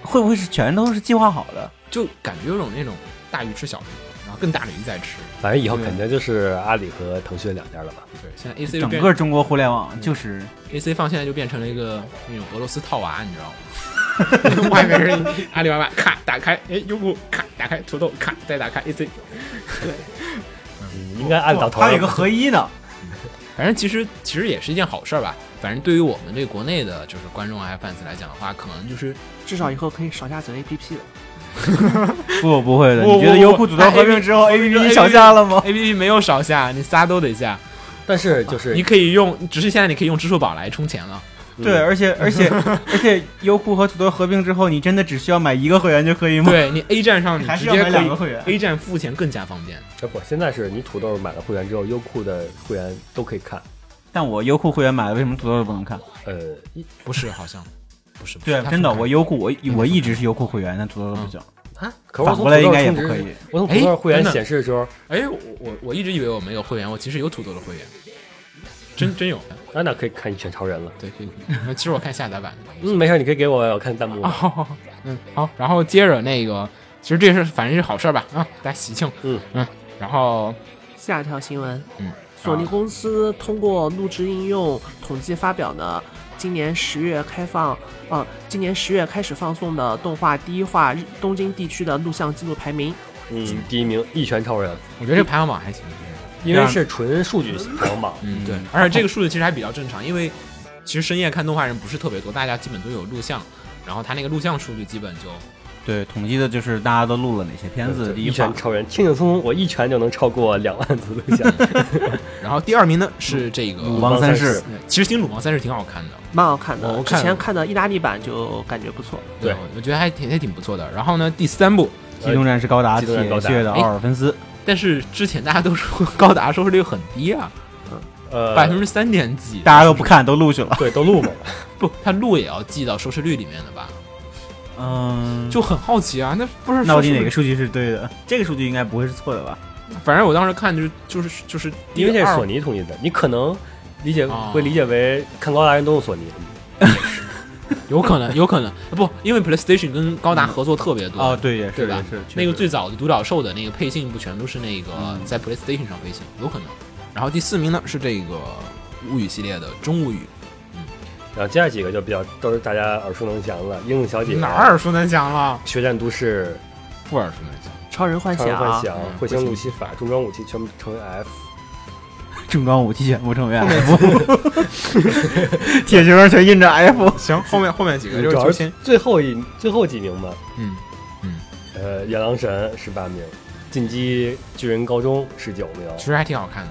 S4: 会不会是全都是计划好的？
S2: 就感觉有种那种大鱼吃小鱼，然后更大的鱼在吃。
S3: *laughs* 反正以后肯定就是阿里和腾讯两家了吧？
S2: 对，现在 AC 就
S4: 整
S2: 变
S4: 个中国互联网就是，
S2: AC 放现在就变成了一个那种俄罗斯套娃，你知道吗？外面是阿里巴巴，咔打开，哎，优酷咔打开，土豆咔再打开 AC。嗯
S3: 嗯应该按
S2: 哦
S3: 到头
S4: 它
S3: 上。
S4: 有一个合一呢，
S2: 反正其实其实也是一件好事儿吧。反正对于我们这国内的就是观众啊 fans 来讲的话，可能就是
S5: 至少以后可以少下载 APP 了。
S4: 不不会的，
S2: 不
S4: 你觉得
S2: 不
S4: 优
S2: 不
S4: 酷土豆
S2: 哎
S4: 合并之后 A P
S2: 哎
S4: P 小下了吗？
S2: A P P 没有少下，你仨都得下。
S3: 但是就是
S2: 你可以用，只是现在你可以用支付宝来充钱了。
S3: 嗯
S4: 对，而且而且而且优酷和土豆合并之后，你真的只需要买一个会员就可以吗？
S2: 对你 A 站上你
S4: 嗯还
S2: 直
S4: 是要
S2: 接
S4: 买
S2: 可
S4: 两个会
S2: 以
S4: 员？
S2: A 站付钱更加方便。
S3: 哎不，现在是你土豆买了会员之后，优酷的会员都可以看。
S4: 但我优酷会员买了，为什么土豆不能看？
S3: 呃，一
S2: 不是，好像不是。不是
S4: 对，
S2: 它
S4: 真的，
S2: 分开
S4: 我优酷我我一直是优酷会员，但土豆不行。
S3: 啊，可是我
S4: 反
S3: 从
S4: 过来
S3: 土豆
S4: 应该也
S3: 充
S4: 不
S3: 值
S4: 可以。
S3: 我从土
S2: 哎
S3: 豆会员
S2: 真的
S3: 显示的时候，
S2: 哎，我我我一直以为我没有会员，我其实有土豆的会员，真真有。
S3: 安娜可以看《一拳超人》了。
S2: 对，可以。其实我看下载版。
S4: *laughs*
S3: 嗯，没事，你可以给我，我看弹幕
S2: 啊，。好好好，嗯，好。然后接着那个，其实这事反正是好事儿吧，啊，大家喜庆。
S3: 嗯
S2: 嗯，然后
S5: 下一条新闻，
S2: 嗯，
S5: 索尼公司通过录制应用统计发表的今年十月开放，呃，今年十月开始放送的动画第一话日东京地区的录像记录排名，
S3: 嗯，第一名《一拳超人》，
S2: 我觉得这排行榜还行。
S3: 因
S2: 啊
S3: 为是纯数据排行榜。
S2: 嗯，对，而且这个数字其实还比较正常，因为其实深夜看动画人不是特别多，大家基本都有录像，然后他那个录像数据基本就
S4: 对统计的就是大家都录了哪些
S2: 嗯
S4: 片子，第
S3: 一
S4: 一话
S3: 拳超人，轻轻松松，我一拳就能超过两万字录像。
S2: *laughs* 然后第二名呢是这个，
S4: 鲁邦三世，
S2: 其实听《鲁邦三世》挺好看的，
S5: 蛮好看的。
S2: 我
S5: 之
S2: 看
S5: 前
S2: 了
S5: 看的意大利版就感觉不错。
S3: 对，
S2: 我觉得还挺还挺不错的。然后呢，第三部，
S4: 机动战士高达
S3: 机动战士高
S4: 铁
S3: 达
S4: 血的奥尔芬斯，
S2: 但是之前大家都说高达收视率很低啊，
S3: 呃，
S2: 百分之三点几，
S4: 大家都不看，都录去了。
S3: 对都录过了，
S2: 不，他录也要记到收视率里面的吧？
S4: 嗯，
S2: 就很好奇啊，那不是
S4: 那
S2: 收
S4: 到
S2: 视
S4: 底哪
S2: 率
S4: 个数据是对的？这个数据应该不会是错的吧？
S2: 反正我当时看就是就是就是第
S3: 因为这是
S2: 二
S3: 索尼统计的，你可能理解
S2: 哦
S3: 会理解为看高达人都用索尼。
S2: 有可能有可能呃不，因为 PlayStation 跟高达合作特别多，
S4: 哦，对，也
S2: 对
S4: 是，
S2: 吧
S4: 也是？
S2: 那个最
S4: 确实
S2: 早的独角兽的那个配信不全都是那个
S4: 嗯
S2: 在 PlayStation 上配信，有可能。然后第四名呢是这个物语系列的《中物语
S3: 然后接下来几个就比较都是大家耳熟能详了，《英勇小姐》、
S2: 哪儿耳熟能详了？
S3: 《决战都市
S2: 不耳熟能详。
S5: 超人幻》、
S3: 《超
S5: 想，
S3: 人幻想》
S2: 嗯
S3: 彗星路西法》、《重装武器》全部成为 F。
S4: 重装武器全部成为 *laughs* F，铁球全印着 F。
S2: 行，后面后面几个就
S3: 主
S2: 是
S3: 要
S2: 秋
S3: 是
S2: 千，
S3: 最后一最后几名嘛，
S2: 嗯，
S3: 呃，《野狼神》十八名，《进击巨人高中》十九名，
S2: 其实还挺好看的，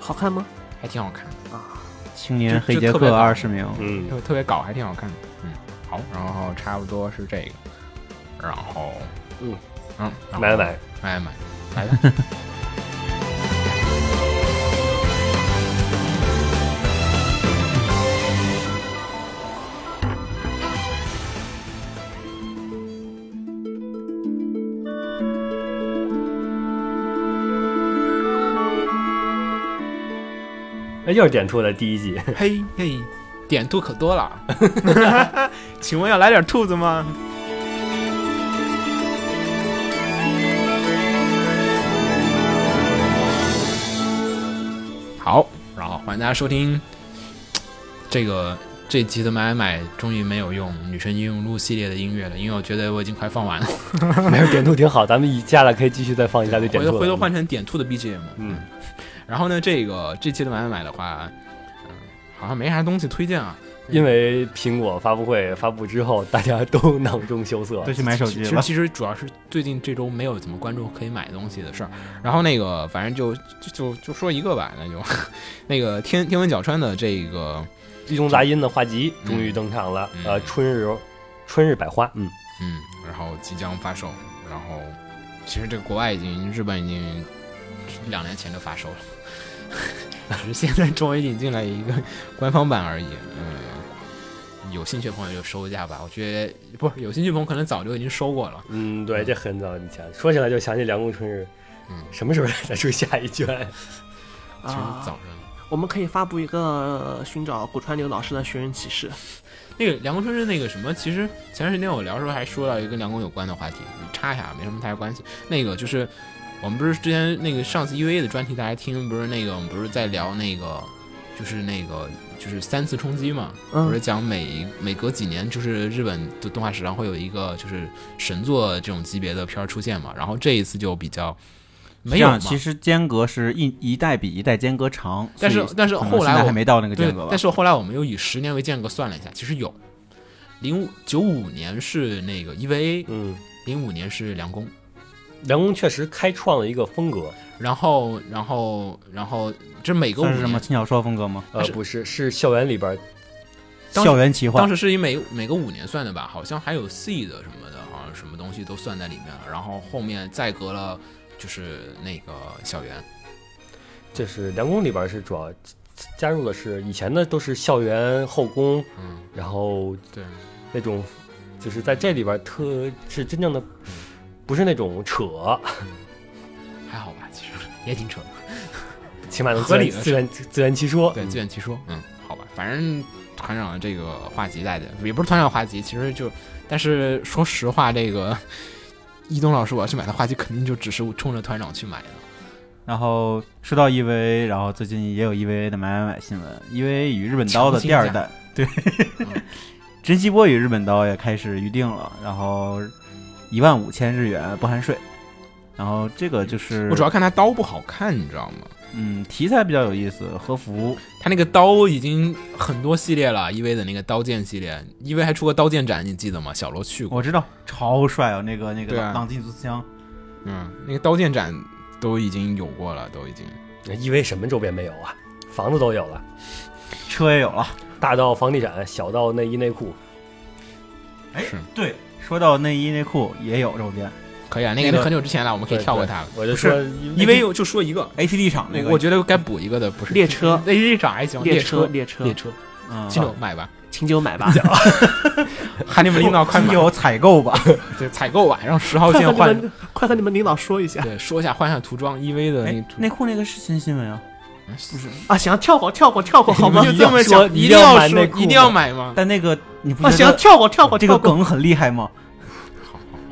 S5: 好看吗？
S2: 还挺好看的，
S4: 青年
S2: 就
S4: 黑
S2: 就
S4: 杰
S2: 特别
S4: 克
S2: 搞
S4: 二十名，
S3: 嗯
S2: 特，别特别搞，还挺好看的。嗯，好，然后差不多是这个，然后
S3: 嗯
S2: 嗯，然后
S3: 买买
S2: 买买。
S3: 哎，又是点出的第
S2: *laughs*
S3: 一集，
S2: 嘿嘿，点兔可多了， *laughs* 请问要来点兔子吗？好，然后欢迎大家收听这个这集的买买买，终于没有用《女神异闻录》系列的音乐了，因为我觉得我已经快放完了，
S3: 没有点兔挺好，咱们一下来可以继续再放一大堆
S2: 回
S3: 点兔
S2: 头
S3: 了。
S2: 回头换成点兔的 BGM。
S3: 嗯，
S2: 然后呢，这个这期的买买买的话，嗯，好像没啥东西推荐啊。
S3: 因为苹果发布会发布之后，大家都囊中羞涩
S4: 都。去买手机
S2: 其实
S4: 了。
S2: 其实主要是最近这周没有怎么关注可以买东西的事儿，然后那个反正就就就就说一个吧，那就 *laughs* 那个天天文角川的这个
S3: 地中杂音的画集
S2: 嗯
S3: 终于登场了，
S2: 嗯
S3: 呃，春日春日百花，嗯，
S2: 嗯，然后即将发售，然后其实这个国外已经日本已经两年前就发售了， *laughs* 只是现在终于引进来一个官方版而已，嗯。有兴趣的朋友就收一下吧，我觉得不是有兴趣的朋友可能早就已经收过了。
S3: 嗯，对，这很早以前说起来就想起《凉宫春日》，
S2: 嗯
S3: 什么时候再出下一
S2: 其
S3: 卷？
S2: 实早
S5: 啊，
S2: 上
S5: 我们可以发布一个寻找古川流老师的寻人启事。
S2: 那个梁公春日那个什么，其实前段时间我聊的时候还说到一个跟梁公有关的话题，插一下，没什么太大关系。那个就是我们不是之前那个上次 EVA 的专题大家听，不是那个我们不是在聊那个就是那个就是三次冲击嘛，不是
S5: 嗯，
S2: 讲每每隔几年就是日本的动画史上会有一个就是神作这种级别的片儿出现嘛，然后这一次就比较没有
S4: 这样
S2: 嘛。
S4: 其实间隔是一一代比一代间隔长，
S2: 但是
S4: 所以
S2: 但是
S4: 可能
S2: 后来
S4: 现在
S2: 我
S4: 还没到那个
S2: 对
S4: 间隔，吧
S2: 但？是后来我们又以十年为间隔算了一下，其实有零五九五年是那个 E EVA，
S3: *laughs* 嗯，
S2: 零五年是梁工，
S3: 凉宫确实开创了一个风格，
S2: 然后然后然后这每个五
S4: 算是什么
S2: 年，
S4: 轻小说风格吗？
S3: 呃
S2: 是，
S3: 不是，是校园里边儿
S2: 当时
S4: 校园奇
S2: 当
S4: 幻，
S2: 时是以每每个五年算的吧，好像还有 C 的什么的，好像什么东西都算在里面了。然后后面再隔了就是那个小圆，
S3: 就是凉宫里边儿是主要加入的是以前的都是校园后宫，
S2: 嗯，
S3: 然后
S2: 对，
S3: 那种就是在这里边儿特是真正的，不是那种扯，
S2: 还好吧，其实也挺扯的。
S3: 起码能
S2: 合理的
S3: 自圆自圆自圆其说。
S2: *laughs* 对，自圆其说，嗯，好吧，反正团长这个话题带的也不是团长话题，其实就，但是说实话，这个 *laughs* 一东老师我要去买的话题，肯定就只是冲着团长去买的。
S4: 然后说到 EVA，然后最近也有 EVA 的买买买新闻，EVA 与日本刀的第二代，对， *laughs* 珍惜波与日本刀也开始预定了，然后一万五千日元不含税，然后这个就是
S2: 我主要看他刀不好看，你知道吗？
S4: 嗯，题材比较有意思，和服
S2: 他那个刀已经很多系列了，EV 的那个刀剑系列，EV 还出过刀剑展，你记得吗？小罗去过，
S4: 我知道超帅啊，那个那个
S2: 对啊
S4: 朗基族之枪，
S2: 嗯，那个刀剑展都已经有过了，都已经。
S3: 因为什么周边没有啊？房子都有了，
S4: 车也有了。
S3: 大到房地产，小到内衣内裤，
S4: 哎
S2: 是，
S4: 对，说到内衣内裤也有周边
S2: 可以啊，那
S4: 那
S2: 个
S4: 个
S2: 那很久之前了，我们可以
S3: 对
S2: 跳过
S3: 对
S2: 它了。
S3: 我就说，
S2: 因为就说一个，
S4: ，ATD 厂那个，
S2: 我觉得该补一个的不是
S5: 列车
S2: A T 厂还行，
S5: 列
S2: 车啊
S5: 列车
S2: 列车，
S4: 嗯
S2: 金牛买吧，
S5: 清酒
S2: *laughs*
S5: 买吧，
S2: 喊你们领导快买，
S4: 有采购吧？
S2: *laughs* 对，采购吧，让十号
S5: 快
S2: 线
S5: 和
S2: *laughs*
S5: 你
S2: 换，
S5: 们 *laughs* 快和你们领导说一下
S2: 对，说一下换一下涂装，EV 的那
S4: 哎
S2: 个，涂
S4: 内裤那个是新新闻啊，
S2: 不是
S5: 啊！行，跳过跳过跳过好
S2: *laughs*
S5: 吗
S2: 你？们就这么
S3: 说
S2: 想，
S3: 一
S2: 一定
S3: 定要
S2: 要
S3: 买
S2: 说
S3: 内裤
S2: 一定要买吗？
S4: 但那个你不
S5: 啊，
S4: 觉
S5: 行，
S4: 得
S5: 跳过
S4: *laughs*
S5: 跳过
S4: 这
S5: 跳
S4: 个
S5: 过。
S4: 梗很厉害吗？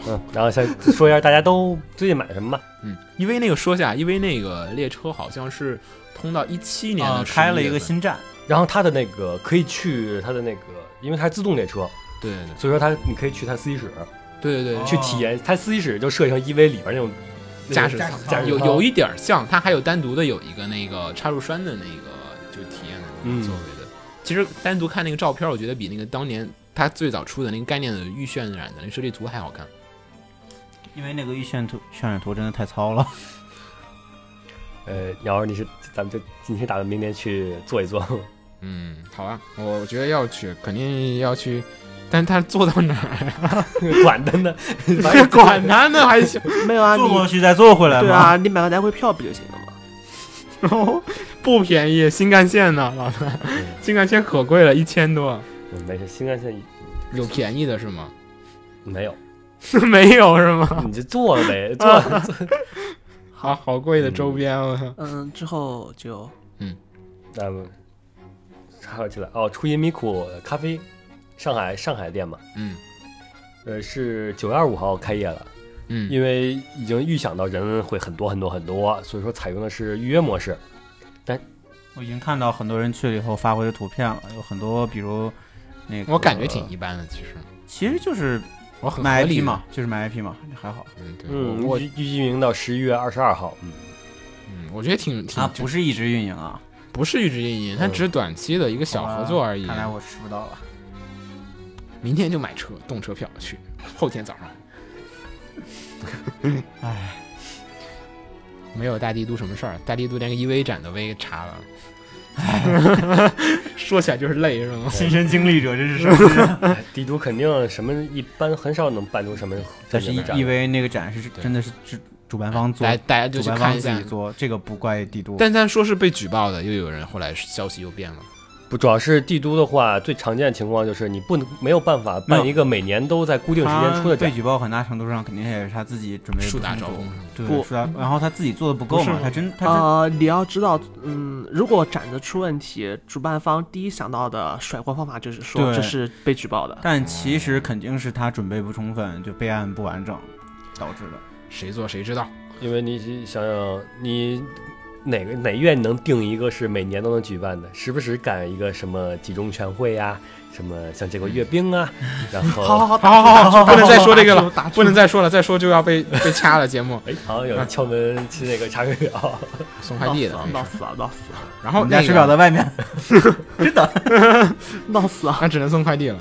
S3: 嗯，然后先说一下大家都最近买什么吧。
S2: 嗯，因为那个说一下，因为那个列车好像是通到哦一七年
S4: 啊
S2: 的，
S4: 开了一个
S2: 11月份，
S4: 新站，
S3: 然后它的那个可以去它的那个，因为它是自动列车，
S2: 对对对
S3: 所以说它你可以去它司机室
S2: 对对对，
S3: 去体验，它司机室就设计成 EV 里边那种
S2: 驾驶哦
S3: 驾驶
S2: 有
S3: 舱
S2: 有一点儿像，它还有单独的有一个那个插入栓的那个就体验的那
S3: 嗯
S2: 个座位的。其实单独看那个照片，我觉得比那个当年它最早出的那个概念的预渲染的那设计图还好看。
S4: 因为那个预渲图渲染图真的太糙了。
S3: 呃，要是你是，咱们就今天打算明年去做一做。
S2: 嗯，好啊，我觉得要去，肯定要去，但它做到哪儿呀？
S3: *laughs* 管他呢， *laughs*
S2: 哎管它呢，还 *laughs* 行。
S5: 没有啊，
S4: 坐过
S5: 你
S4: 去再坐回来
S5: 对
S4: 嘛。
S5: 啊，你买个来回票不就行了吗？
S2: 哦不便宜，新干线呢，老大，新干线可贵了，一千多。
S3: 嗯没事，新干线
S2: 有便宜的是吗？
S3: 没有，
S2: *laughs* 没有是吗？
S3: *laughs* 你就做呗，做。
S2: 好好贵的周边，我操！
S5: 嗯，之后就
S3: 那么还有起来哦，初音米库咖啡，上海上海店嘛，
S2: 嗯
S3: 呃，是九月二十五号开业了。
S2: 嗯，
S3: 因为已经预想到人会很多很多很多，所以说采用的是预约模式。
S4: 我已经看到很多人去了以后发回的图片了，有很多比如那个，呃
S2: 我感觉挺一般的，其实
S4: 其实就是
S2: 我很合
S4: 买
S2: 理
S4: IP 嘛，，就是买 IP 嘛，还好
S2: 嗯，对，
S3: 嗯，
S2: 我我
S3: 预预计运营到十一月二十二号。嗯，
S2: 嗯，我觉得挺挺
S4: 啊，不是一直运营啊，
S2: 不是预知运营，它只是短期的一个小合作而已
S4: 哦看。来我吃不 *laughs* 到了。
S2: 明天就买车动车票去，后天早上。
S4: *laughs* 唉，
S2: 没有大帝都什么事儿，大帝都连个 EV 展都被查了。
S4: *laughs*
S2: 说起来就是累是吗？
S4: 亲身经历者这是什么？
S3: 帝都肯定什么一般很少能办出什么
S4: 但是
S3: 一展
S4: 因为那个展是真的是主主办方做
S2: 大，大家就
S4: 主
S2: 去
S4: 办
S2: 看
S4: 方
S2: 一
S4: 自
S2: 下
S4: 己。做，这个不怪帝都。
S2: 但但说是被举报的，又有人后来消息又变了。
S3: 不主要是帝都的话，最常见的情况就是你不能没有办法
S4: 没
S3: 办
S4: 有
S3: 一个每年都在固定时间出的
S4: 他被
S3: 展。
S4: 举报很大程度上肯定也是他自己准备
S2: 树大招风
S4: 嗯对，
S5: 不
S4: 树大，然后他自己做的不够
S2: 不是
S4: 嘛
S2: 吗，
S4: 他真他真
S5: 呃，你要知道，嗯，如果展子出问题，主办方第一想到的甩锅方法就是说
S4: 对
S5: 这是被举报的。
S4: 但其实肯定是他准备不充分，就备案不完整导致的。
S2: 谁做谁知道。
S4: 啊
S3: 因为你想想，你哪个哪院能定一个是每年都能举办的？时不时赶一个什么集中全会呀、什么像这个阅兵 *laughs* 啊，然后
S5: 好好好，
S2: 好好好，不能再说这个
S5: 打住
S2: 了
S5: 打，住
S2: 不能再说了，再说就要被被掐了。节目
S3: 哎，好像有人敲门去那个查水表，
S2: 哦送快
S5: 闹
S2: 递
S5: 死
S2: 的
S5: 了，，
S2: 没
S5: 闹
S2: 事
S5: 死了，闹死啊了，
S2: 然
S4: 我
S2: 后
S4: 们家
S2: 那
S4: 水表
S2: 个
S4: 在外面，
S5: 闹死啊了。
S2: 那只能送快递了。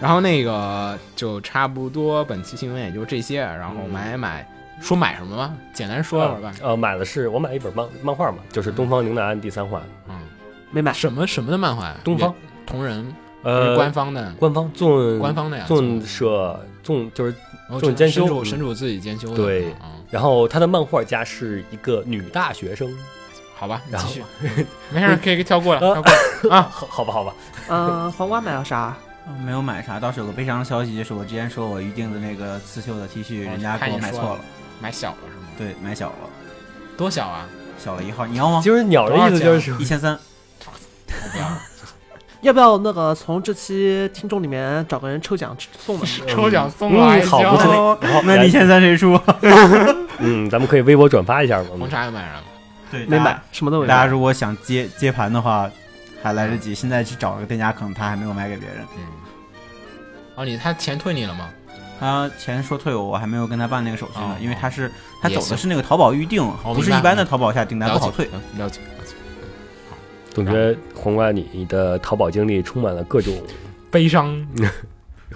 S2: 然后那个就差不多，本期新闻也就这些。然后买买，说买什么吧，简单说说吧。
S3: 呃，买的是我买一本漫漫画嘛，就是《东方铃兰》第三话，
S2: 嗯，
S5: 没买，
S2: 什么什么的漫画呀？
S3: 东方
S2: 也同人，
S3: 呃，
S2: 官方的，
S3: 官方纵
S2: 官方的呀。
S3: 纵社纵就是，
S2: 哦
S3: 这种兼修
S2: 神主
S3: 嗯
S2: 神主自己兼修的。
S3: 对
S2: 嗯，
S3: 然后他的漫画家是一个女大学生， *laughs*
S2: 好吧，你
S3: 然后呃
S2: 继续， *laughs* 没事，可以跳过了，跳过了。
S3: 好好吧好吧，
S5: 嗯，黄瓜买了啥？
S4: 嗯没有买啥，倒是有个悲伤的消息，就是我之前说我预定的那个刺绣的 T 恤，
S2: 哦
S4: 人家给我买错
S2: 看
S4: 了，
S2: 买小了是吗？
S4: 对，买小了，
S2: 多小啊？
S4: 小了一号，你要吗？
S3: 就是鸟的意思就是
S4: 一千三，
S2: 我不要
S3: 嗯
S2: 了。
S5: 要不要那个从这期听众里面找个人抽奖送的？
S2: 抽奖送了，
S3: 嗯
S2: 还
S3: 好不
S2: 行
S3: 错， *laughs* 然后
S4: 啊那
S3: 咱
S4: 你千三谁出？
S3: 嗯，咱们可以微博转发一下嘛，
S2: 红茶又买上了。
S4: 对，
S5: 没买，什么都没
S4: 大家
S5: 买。
S4: 如果想接接盘的话，还来得及。现在去找一个店家，可能他还没有卖给别人。
S2: 嗯。哦，你他钱退你了吗？
S4: 他钱说退我，我还没有跟他办那个手续呢
S2: 哦，
S4: 因为他是他
S2: 也
S4: 走的
S2: 行哦
S4: 是那个淘宝预定，不是
S2: 明白
S4: 一般的淘宝下订单
S2: 了
S4: 不
S2: 解嗯
S4: 好退。，
S2: 了解了解。
S3: 总觉得黄瓜你你的淘宝经历充满了各种
S2: 悲伤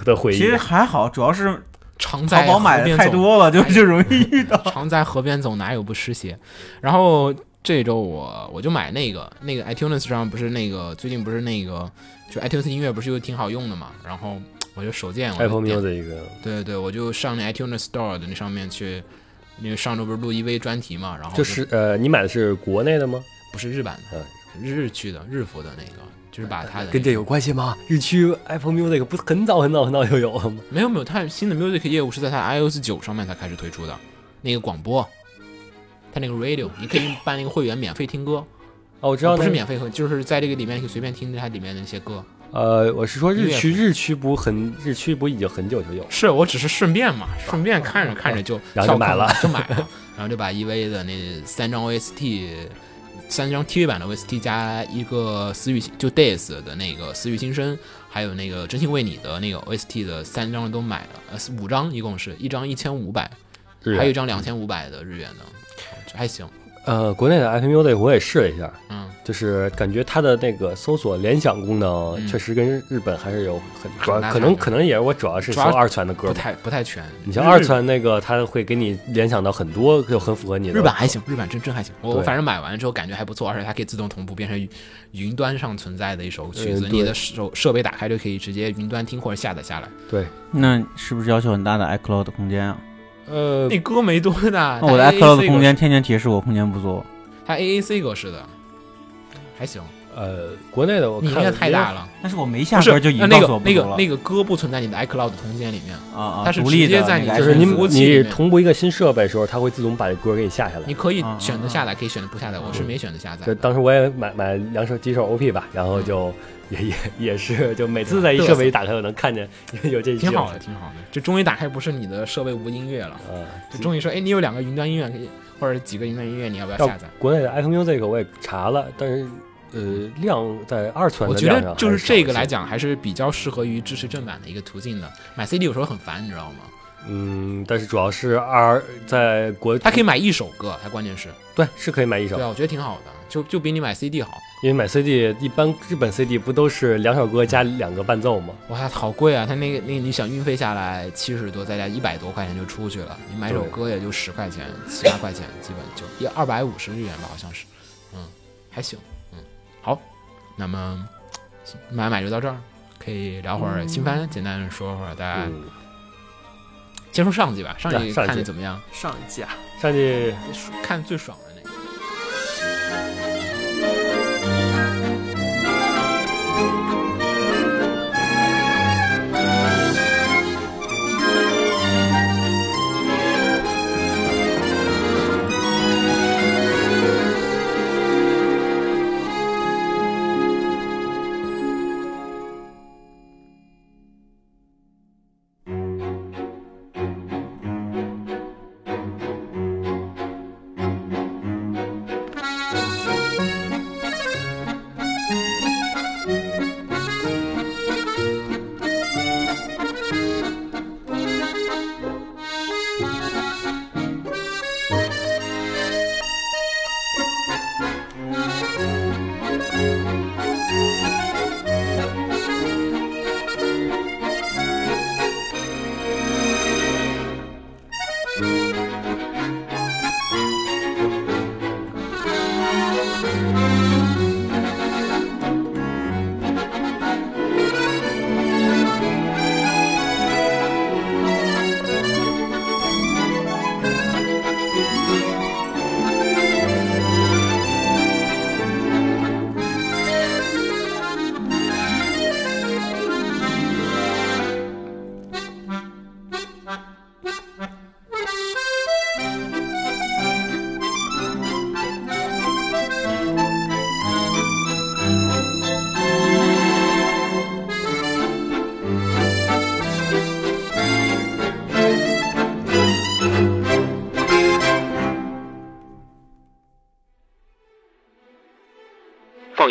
S3: 的回忆
S4: 其。实还好，主要是
S2: 常
S4: 淘
S2: 在
S4: 宝买
S2: 河
S4: 的
S2: 边
S4: 太
S2: 走哎
S4: 多了，就就容易遇到。
S2: *laughs* 常在河边走，哪有不湿鞋？然后这周我我就买那个那个 iTunes 上不是那个最近不是那个就 iTunes 音乐不是又挺好用的嘛？然后我就手贱我就
S3: Apple
S2: 点
S3: Music 一个
S2: 对对对，我就上那 iTunes Store 的那上面去，因为上周不是录 EV 专题嘛，然后
S3: 就
S2: 就是
S3: 呃，你买的是国内的吗？
S2: 不是日版的
S3: 嗯，呃
S2: 日区的日服的那个，就是把它的
S3: 跟这有关系吗？日区 Apple Music 不是很早很早很早就有了吗？
S2: 没有没有，它新的 Music 业务是在它 iOS 九上面才开始推出的，那个广播，它那个 Radio，你可以办那个会员免费听歌。
S3: 哦，我知道
S2: 不
S3: 那
S2: 是
S3: 个
S2: 免费和，就是在这个里面可以随便听它里面的那些歌。
S3: 呃，我是说日区，
S2: 音
S3: 日区不很，日区不已经很久就有了。
S2: 是我只是顺便嘛，顺便看着看着哦就
S3: 然后
S2: 跳坑
S3: 就买了
S2: 就买 *laughs* 了，然后就把 EV 的那三张 OST，三张 TV 版的 OST 加一个私域就 Days 的那个私域新生，还有那个真心为你的那个 OST 的三张都买了，呃五张一共是一张一千五百，
S3: 日元
S2: 还有一张两千五百的日元的，还行，
S3: 呃，国内的 Apple Music 我也试了一下，
S2: 嗯，
S3: 就是感觉它的那个搜索联想功能
S2: 嗯
S3: 确实跟日日本还是有很主要
S2: 很大，
S3: 可能
S2: 差距
S3: 可能也是我主要是搜
S2: 主要
S3: 二次元的歌
S2: 不
S3: 吧。
S2: 太不太全。
S3: 你像二次元那个，它会给你联想到很多，就很符合你的
S2: 日版还行，日版真真还行。我我
S3: 对
S2: 反正买完之后感觉还不错，而且它可以自动同步变成云云端上存在的一首曲子，
S3: 嗯对
S2: 你的手设备打开就可以直接云端听或者下载下来。
S3: 对，
S4: *laughs* 那是不是要求很大的 iCloud 空间啊？
S3: 呃，
S2: 那歌没多大，
S4: 那我的
S2: 它
S4: iCloud
S2: AAC
S4: 空
S2: 格
S4: 间天天提示我空间不足，
S2: 式，它 AAC 格式的，还行。
S3: 呃，国内的我
S2: 你
S3: 看
S2: 那个太大
S3: 了，
S2: 了，
S4: 但是我没下
S2: 不是
S4: 歌就已
S2: 那
S4: 经
S2: 那
S4: 告诉
S2: 个
S4: 我不
S2: 那
S4: 足
S2: 个
S4: 了
S2: 那个歌不存在你的 iCloud 空间里面，
S4: 啊啊，
S2: 它是
S4: 独立
S2: 直接
S4: 的
S2: 在你
S4: 那个
S3: 就是你
S4: iTunes
S2: 服务器里
S3: 你
S2: 面
S3: 同步一个新设备的时候，它会自动把歌给你下下来。
S2: 你可以
S4: 啊啊
S2: 选择
S4: 啊
S2: 下载，可以选择不下载。我是没选择下载
S3: 就
S2: 的。嗯
S3: 当时我也买买两手几手 OP 吧，然后就也也也是， *laughs* 就每次在一设备一打开，我能看见有这几
S2: 挺
S3: 首
S2: 好的，挺好的。这终于打开不是你的设备无音乐了，
S3: 嗯，
S2: 就终于说，哎，你有两个云端音乐可以，或者几个云端音乐，你要不要
S3: 到
S2: 下载？
S3: 国内的 Apple Music 我也查了，但是呃量在二次元
S2: 我
S3: 的
S2: 觉
S3: 量
S2: 得
S3: 上
S2: 就
S3: 还
S2: 是
S3: 是少一
S2: 这个
S3: 些
S2: 来，讲，还是比较适合于支持正版的一个途径的。买 CD 有时候很烦，你知道吗？
S3: 嗯，但是主要是二在国
S2: 它可以买一首歌，它关键是，
S3: 对是可以买一首
S2: 对，啊，我觉得挺好的，就就比你买 CD 好。
S3: 因为买 CD 一般日本 CD 不都是两首歌加两个伴奏吗？
S2: 哇，它好贵啊！它那个那个，你想运费下来七十多，再加一百多块钱就出去了。你买首
S3: 对
S2: 歌也就十块钱、七八块钱，基本就一二百五十日元吧，好像是。嗯，还行。嗯，好，那么买买就到这儿，可以聊会儿新番，简单地说会儿大家。
S3: 嗯，
S2: 先说上季吧，上
S3: 对
S2: 季
S3: 上
S2: 看的
S3: 季
S2: 怎么样？
S5: 上一季啊，
S3: 上去
S2: 看最爽的那个。
S6: 放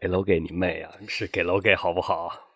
S3: 给楼给你妹啊，是给楼给好不好？